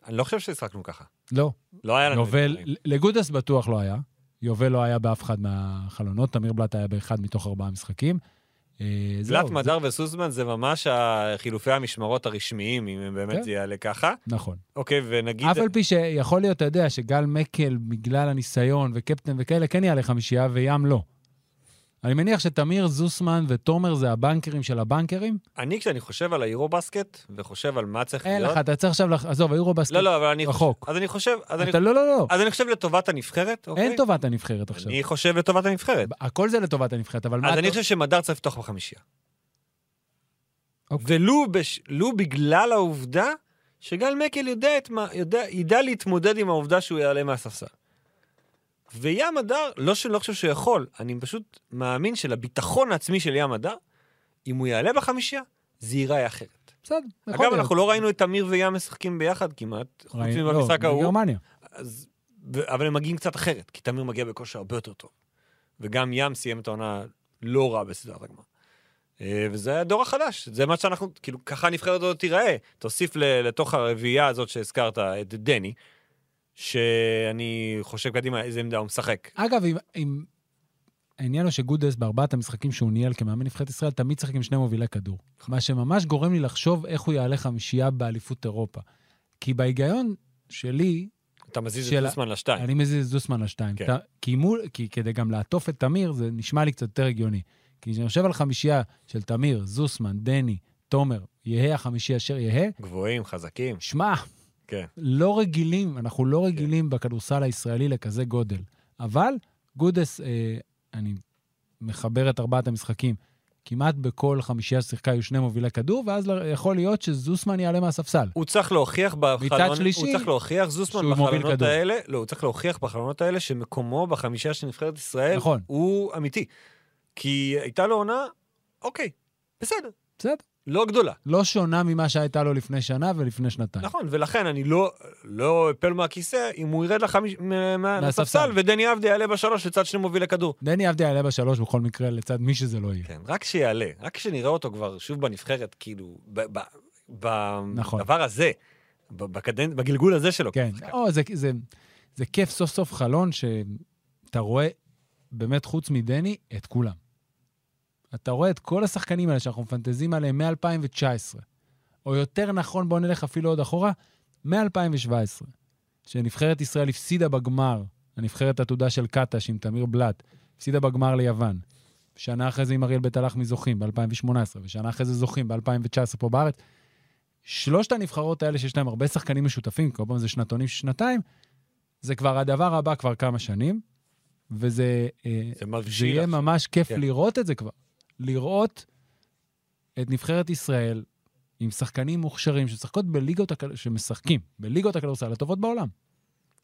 Speaker 3: אני לא חושב שהשחקנו ככה.
Speaker 2: לא,
Speaker 3: לא היה לנו...
Speaker 2: יובל,
Speaker 3: דברים.
Speaker 2: לגודס בטוח לא היה. יובל לא היה באף אחד מהחלונות, תמיר בלאט היה באחד מתוך ארבעה משחקים. אה, זהו,
Speaker 3: בלאט,
Speaker 2: זה-
Speaker 3: מדר וסוסמן זה ממש חילופי המשמרות הרשמיים, אם
Speaker 2: כן.
Speaker 3: באמת זה יעלה ככה.
Speaker 2: נכון.
Speaker 3: אוקיי, ונגיד...
Speaker 2: אף על פי שיכול להיות, אתה יודע, שגל מקל, בגלל הניסיון וקפטן וכאלה, כן יעלה חמישייה וים לא. אני מניח שתמיר זוסמן ותומר זה הבנקרים של הבנקרים.
Speaker 3: אני, כשאני חושב על היורו-בסקט, וחושב על מה צריך
Speaker 2: אין
Speaker 3: להיות...
Speaker 2: לך, אתה צריך עכשיו, לח- עזוב, היורובסקט.
Speaker 3: לא, לא, אבל אני...
Speaker 2: רחוק.
Speaker 3: חושב- אז אני חושב... אז אני-
Speaker 2: אתה לא, לא, לא.
Speaker 3: אז אני חושב לטובת הנבחרת, אוקיי?
Speaker 2: אין טובת הנבחרת עכשיו.
Speaker 3: אני חושב לטובת הנבחרת.
Speaker 2: הכל זה לטובת הנבחרת, אבל מה...
Speaker 3: אז
Speaker 2: אתה-
Speaker 3: אני חושב שמדר צריך לפתוח בחמישייה.
Speaker 2: אוקיי.
Speaker 3: ולו בש- לו בגלל העובדה שגל מקל יודע את מה, יודע, ידע להתמודד עם העובדה שהוא יעלה מהספסל. וים הדר, לא שאני לא חושב שהוא יכול, אני פשוט מאמין שלביטחון העצמי של ים הדר, אם הוא יעלה בחמישייה, זה ייראה אחרת.
Speaker 2: בסדר, יכול
Speaker 3: אגב,
Speaker 2: להיות.
Speaker 3: אנחנו לא ראינו את תמיר וים משחקים ביחד כמעט, חוץ
Speaker 2: ראינו- לא,
Speaker 3: מבמשחק ההוא.
Speaker 2: בגרמניה.
Speaker 3: אז, ו- אבל הם מגיעים קצת אחרת, כי תמיר מגיע בכושר הרבה יותר טוב. וגם ים סיים את העונה לא רע בסדרת הגמר. אה, וזה הדור החדש, זה מה שאנחנו, כאילו, ככה הנבחרת הזאת תיראה. תוסיף ל- לתוך הרביעייה הזאת שהזכרת את דני, שאני חושב קדימה איזה עמדה הוא משחק.
Speaker 2: אגב, אם- אם... העניין הוא שגודס בארבעת המשחקים שהוא ניהל כמאמן נבחרת ישראל, תמיד צריך עם שני מובילי כדור. מה שממש גורם לי לחשוב איך הוא יעלה חמישייה באליפות אירופה. כי בהיגיון שלי,
Speaker 3: אתה מזיז
Speaker 2: שאלה-
Speaker 3: את זוסמן לשתיים.
Speaker 2: אני מזיז את זוסמן לשתיים.
Speaker 3: אה. כן.
Speaker 2: כן. כי, מול, כי כדי גם לעטוף את תמיר, זה נשמע לי קצת יותר הגיוני. כי כשאני יושב על חמישייה של תמיר, זוסמן, דני, תומר, יהא החמישי אשר יהא,
Speaker 3: גבוהים, חזקים,
Speaker 2: שמע,
Speaker 3: כן.
Speaker 2: לא רגילים, אנחנו לא רגילים בכדורסל הישראלי לכזה גודל. אבל גודס, אה, אני מחבר את ארבעת המשחקים, כמעט בכל חמישייה ששיחקה היו שני מובילי כדור, ואז ל- יכול להיות שזוסמן יעלה מהספסל.
Speaker 3: הוא צריך להוכיח בחלון,
Speaker 2: מצד שלישי,
Speaker 3: הוא צריך להוכיח זוסמן
Speaker 2: שהוא מוביל
Speaker 3: בחלונות
Speaker 2: כדור.
Speaker 3: האלה, לא, הוא צריך להוכיח בחלונות האלה שמקומו בחמישייה של נבחרת ישראל,
Speaker 2: נכון.
Speaker 3: הוא אמיתי. כי הייתה לו עונה, אוקיי, בסדר,
Speaker 2: בסדר.
Speaker 3: לא גדולה.
Speaker 2: לא שונה ממה שהייתה לו לפני שנה ולפני שנתיים.
Speaker 3: נכון, ולכן אני לא, לא אפל מהכיסא אם הוא ירד לחמיש, מה- מה-
Speaker 2: מהספסל.
Speaker 3: מהספסל ודני עבדי יעלה בשלוש לצד שני מוביל לכדור.
Speaker 2: דני עבדי יעלה בשלוש בכל מקרה, לצד מי שזה לא יהיה.
Speaker 3: כן, רק שיעלה, רק שנראה אותו כבר שוב בנבחרת, כאילו, ב- ב- ב-
Speaker 2: נכון.
Speaker 3: בדבר הזה, ב- בקדנ- בגלגול הזה שלו.
Speaker 2: כן,
Speaker 3: כשחקן.
Speaker 2: או, זה, זה, זה כיף סוף סוף חלון שאתה רואה, באמת חוץ מדני, את כולם. אתה רואה את כל השחקנים האלה שאנחנו מפנטזים עליהם מ-2019, או יותר נכון, בואו נלך אפילו עוד אחורה, מ-2017, שנבחרת ישראל הפסידה בגמר, הנבחרת עתודה של קטש עם תמיר בלאט, הפסידה בגמר ליוון. שנה אחרי זה עם אריאל בית הלך מזוכים ב-2018, ושנה אחרי זה זוכים ב-2019 פה בארץ. שלושת הנבחרות האלה שיש להם הרבה שחקנים משותפים, כל פעם זה שנתונים של שנתיים, זה כבר הדבר הבא כבר כמה שנים, וזה אה,
Speaker 3: זה
Speaker 2: זה
Speaker 3: מבשיל.
Speaker 2: יהיה
Speaker 3: עכשיו.
Speaker 2: ממש כיף
Speaker 3: כן.
Speaker 2: לראות את זה כבר. לראות את נבחרת ישראל עם שחקנים מוכשרים שמשחקות בליגות, הכ- שמשחקים בליגות הכדורסל הטובות בעולם.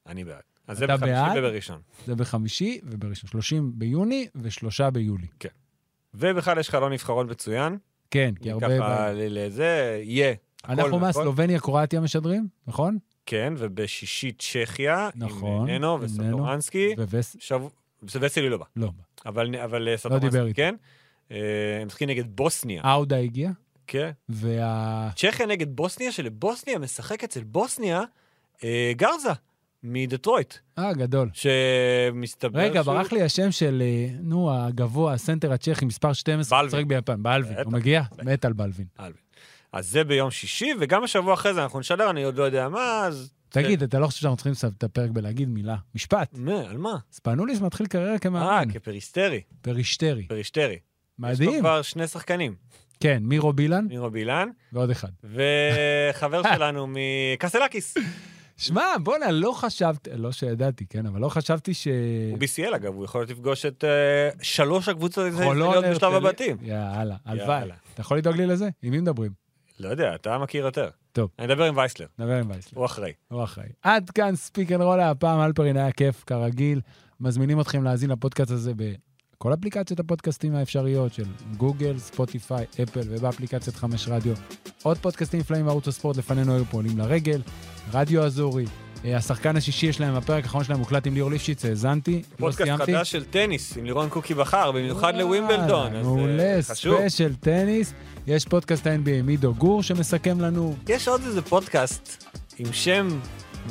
Speaker 3: אני בעד. אז זה
Speaker 2: אתה
Speaker 3: בחמישי
Speaker 2: בעד?
Speaker 3: ובראשון.
Speaker 2: זה בחמישי ובראשון, 30 ביוני ושלושה ביולי.
Speaker 3: ובכלל יש חלון נבחרון מצוין.
Speaker 2: כן, כי הרבה...
Speaker 3: ככה
Speaker 2: בעיה.
Speaker 3: ל- לזה, יהיה. הכל נכון?
Speaker 2: אנחנו
Speaker 3: והכל.
Speaker 2: מהסלובניה, קרואטיה משדרים, נכון?
Speaker 3: כן, ובשישי צ'כיה,
Speaker 2: נכון,
Speaker 3: עם ננו
Speaker 2: עם
Speaker 3: וסטורנסקי.
Speaker 2: ווס...
Speaker 3: שב... וסלי לא בא,
Speaker 2: לא.
Speaker 3: אבל, אבל
Speaker 2: לא
Speaker 3: סטורנסקי
Speaker 2: דיבר איתו.
Speaker 3: כן. אה, הם משחקים נגד בוסניה.
Speaker 2: אאודה הגיע,
Speaker 3: כן.
Speaker 2: וה...
Speaker 3: צ'כיה נגד בוסניה, שלבוסניה משחק אצל בוסניה אה, גרזה מדטרויט,
Speaker 2: אה, גדול.
Speaker 3: שמסתבר
Speaker 2: רגע,
Speaker 3: שהוא-
Speaker 2: ברח לי השם של, אה, נו, הגבוה, הסנטר הצ'כי, מספר 12,
Speaker 3: בלווין.
Speaker 2: משחק ביפן, בלווין.
Speaker 3: בטח,
Speaker 2: הוא מגיע?
Speaker 3: בטח.
Speaker 2: מת על בלווין.
Speaker 3: אלווין. אז זה ביום שישי, וגם השבוע אחרי זה אנחנו נשדר, אני עוד לא יודע מה, אז... כן.
Speaker 2: תגיד, אתה לא חושב שאנחנו צריכים לסיים את הפרק בלהגיד מילה? משפט.
Speaker 3: מה, על מה?
Speaker 2: ספנוליס מתחיל קריירה
Speaker 3: אה,
Speaker 2: כמאמן,
Speaker 3: כפריסטרי,
Speaker 2: פרישטרי.
Speaker 3: פרישטרי. יש לו
Speaker 2: מדהים.
Speaker 3: כבר שני שחקנים,
Speaker 2: כן, מירו בילן
Speaker 3: נירו בילן,
Speaker 2: (laughs) ועוד אחד.
Speaker 3: וחבר שלנו מקסלקיס.
Speaker 2: שמע, בואנה, לא חשבתי, לא שידעתי, כן, אבל לא חשבתי ש...
Speaker 3: הוא BCL אגב, הוא יכול להיות לפגוש את אה, שלוש הקבוצות הישראליות
Speaker 2: חולון,
Speaker 3: בשלב
Speaker 2: הרצליה-
Speaker 3: הבתים.
Speaker 2: יאללה, הלוואי.
Speaker 3: יאללה.
Speaker 2: אתה יכול לדאוג לי לזה? עם מי מדברים?
Speaker 3: לא יודע, אתה מכיר יותר.
Speaker 2: טוב. לא
Speaker 3: אני אדבר עם וייסלר,
Speaker 2: נדבר עם וייסלר.
Speaker 3: הוא אחראי.
Speaker 2: הוא אחראי. עד כאן ספיק אנד רול הפעם, הלפרין היה כיף, כרגיל. מזמינים אתכם להאזין לפודקאסט הזה בכל אפליקציות הפודקאסטים האפשריות של גוגל, ספוטיפיי, אפל ובאפליקציית חמש רדיו. עוד פודקאסטים נפלאים בערוץ הספורט לפנינו היו פועלים לרגל, רדיו אזורי. אה, השחקן השישי שלהם, הפרק האחרון שלהם הוקלט עם ליאור ליפשיץ, האזנתי, לא
Speaker 3: פודקאסט
Speaker 2: סיימתי.
Speaker 3: חדש של טניס עם לירון קוקי בחר, במיוחד
Speaker 2: וואלה,
Speaker 3: לווימבלדון. אז, אה,
Speaker 2: מעולה,
Speaker 3: חשוב.
Speaker 2: ספיישל טניס. יש פודקאסט ה-NBA מידו גור שמסכם לנו.
Speaker 3: יש עוד איזה פודקאסט עם שם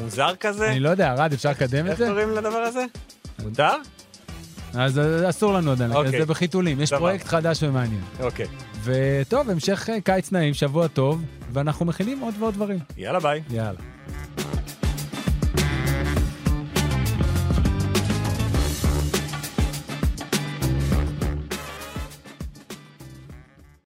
Speaker 3: מוזר כזה?
Speaker 2: אני לא יודע, רד, אפשר לקדם את
Speaker 3: איך
Speaker 2: זה?
Speaker 3: קוראים לדבר הזה? מותר?
Speaker 2: אז אז אסור לנו עדיין, אז
Speaker 3: אוקיי.
Speaker 2: זה בחיתולים. יש
Speaker 3: סבבה.
Speaker 2: פרויקט חדש ומעניין.
Speaker 3: אוקיי.
Speaker 2: וטוב, המשך אה, קיץ נעים, שבוע טוב, ואנחנו מכינים עוד ועוד דברים.
Speaker 3: יאללה, ביי.
Speaker 2: יאללה.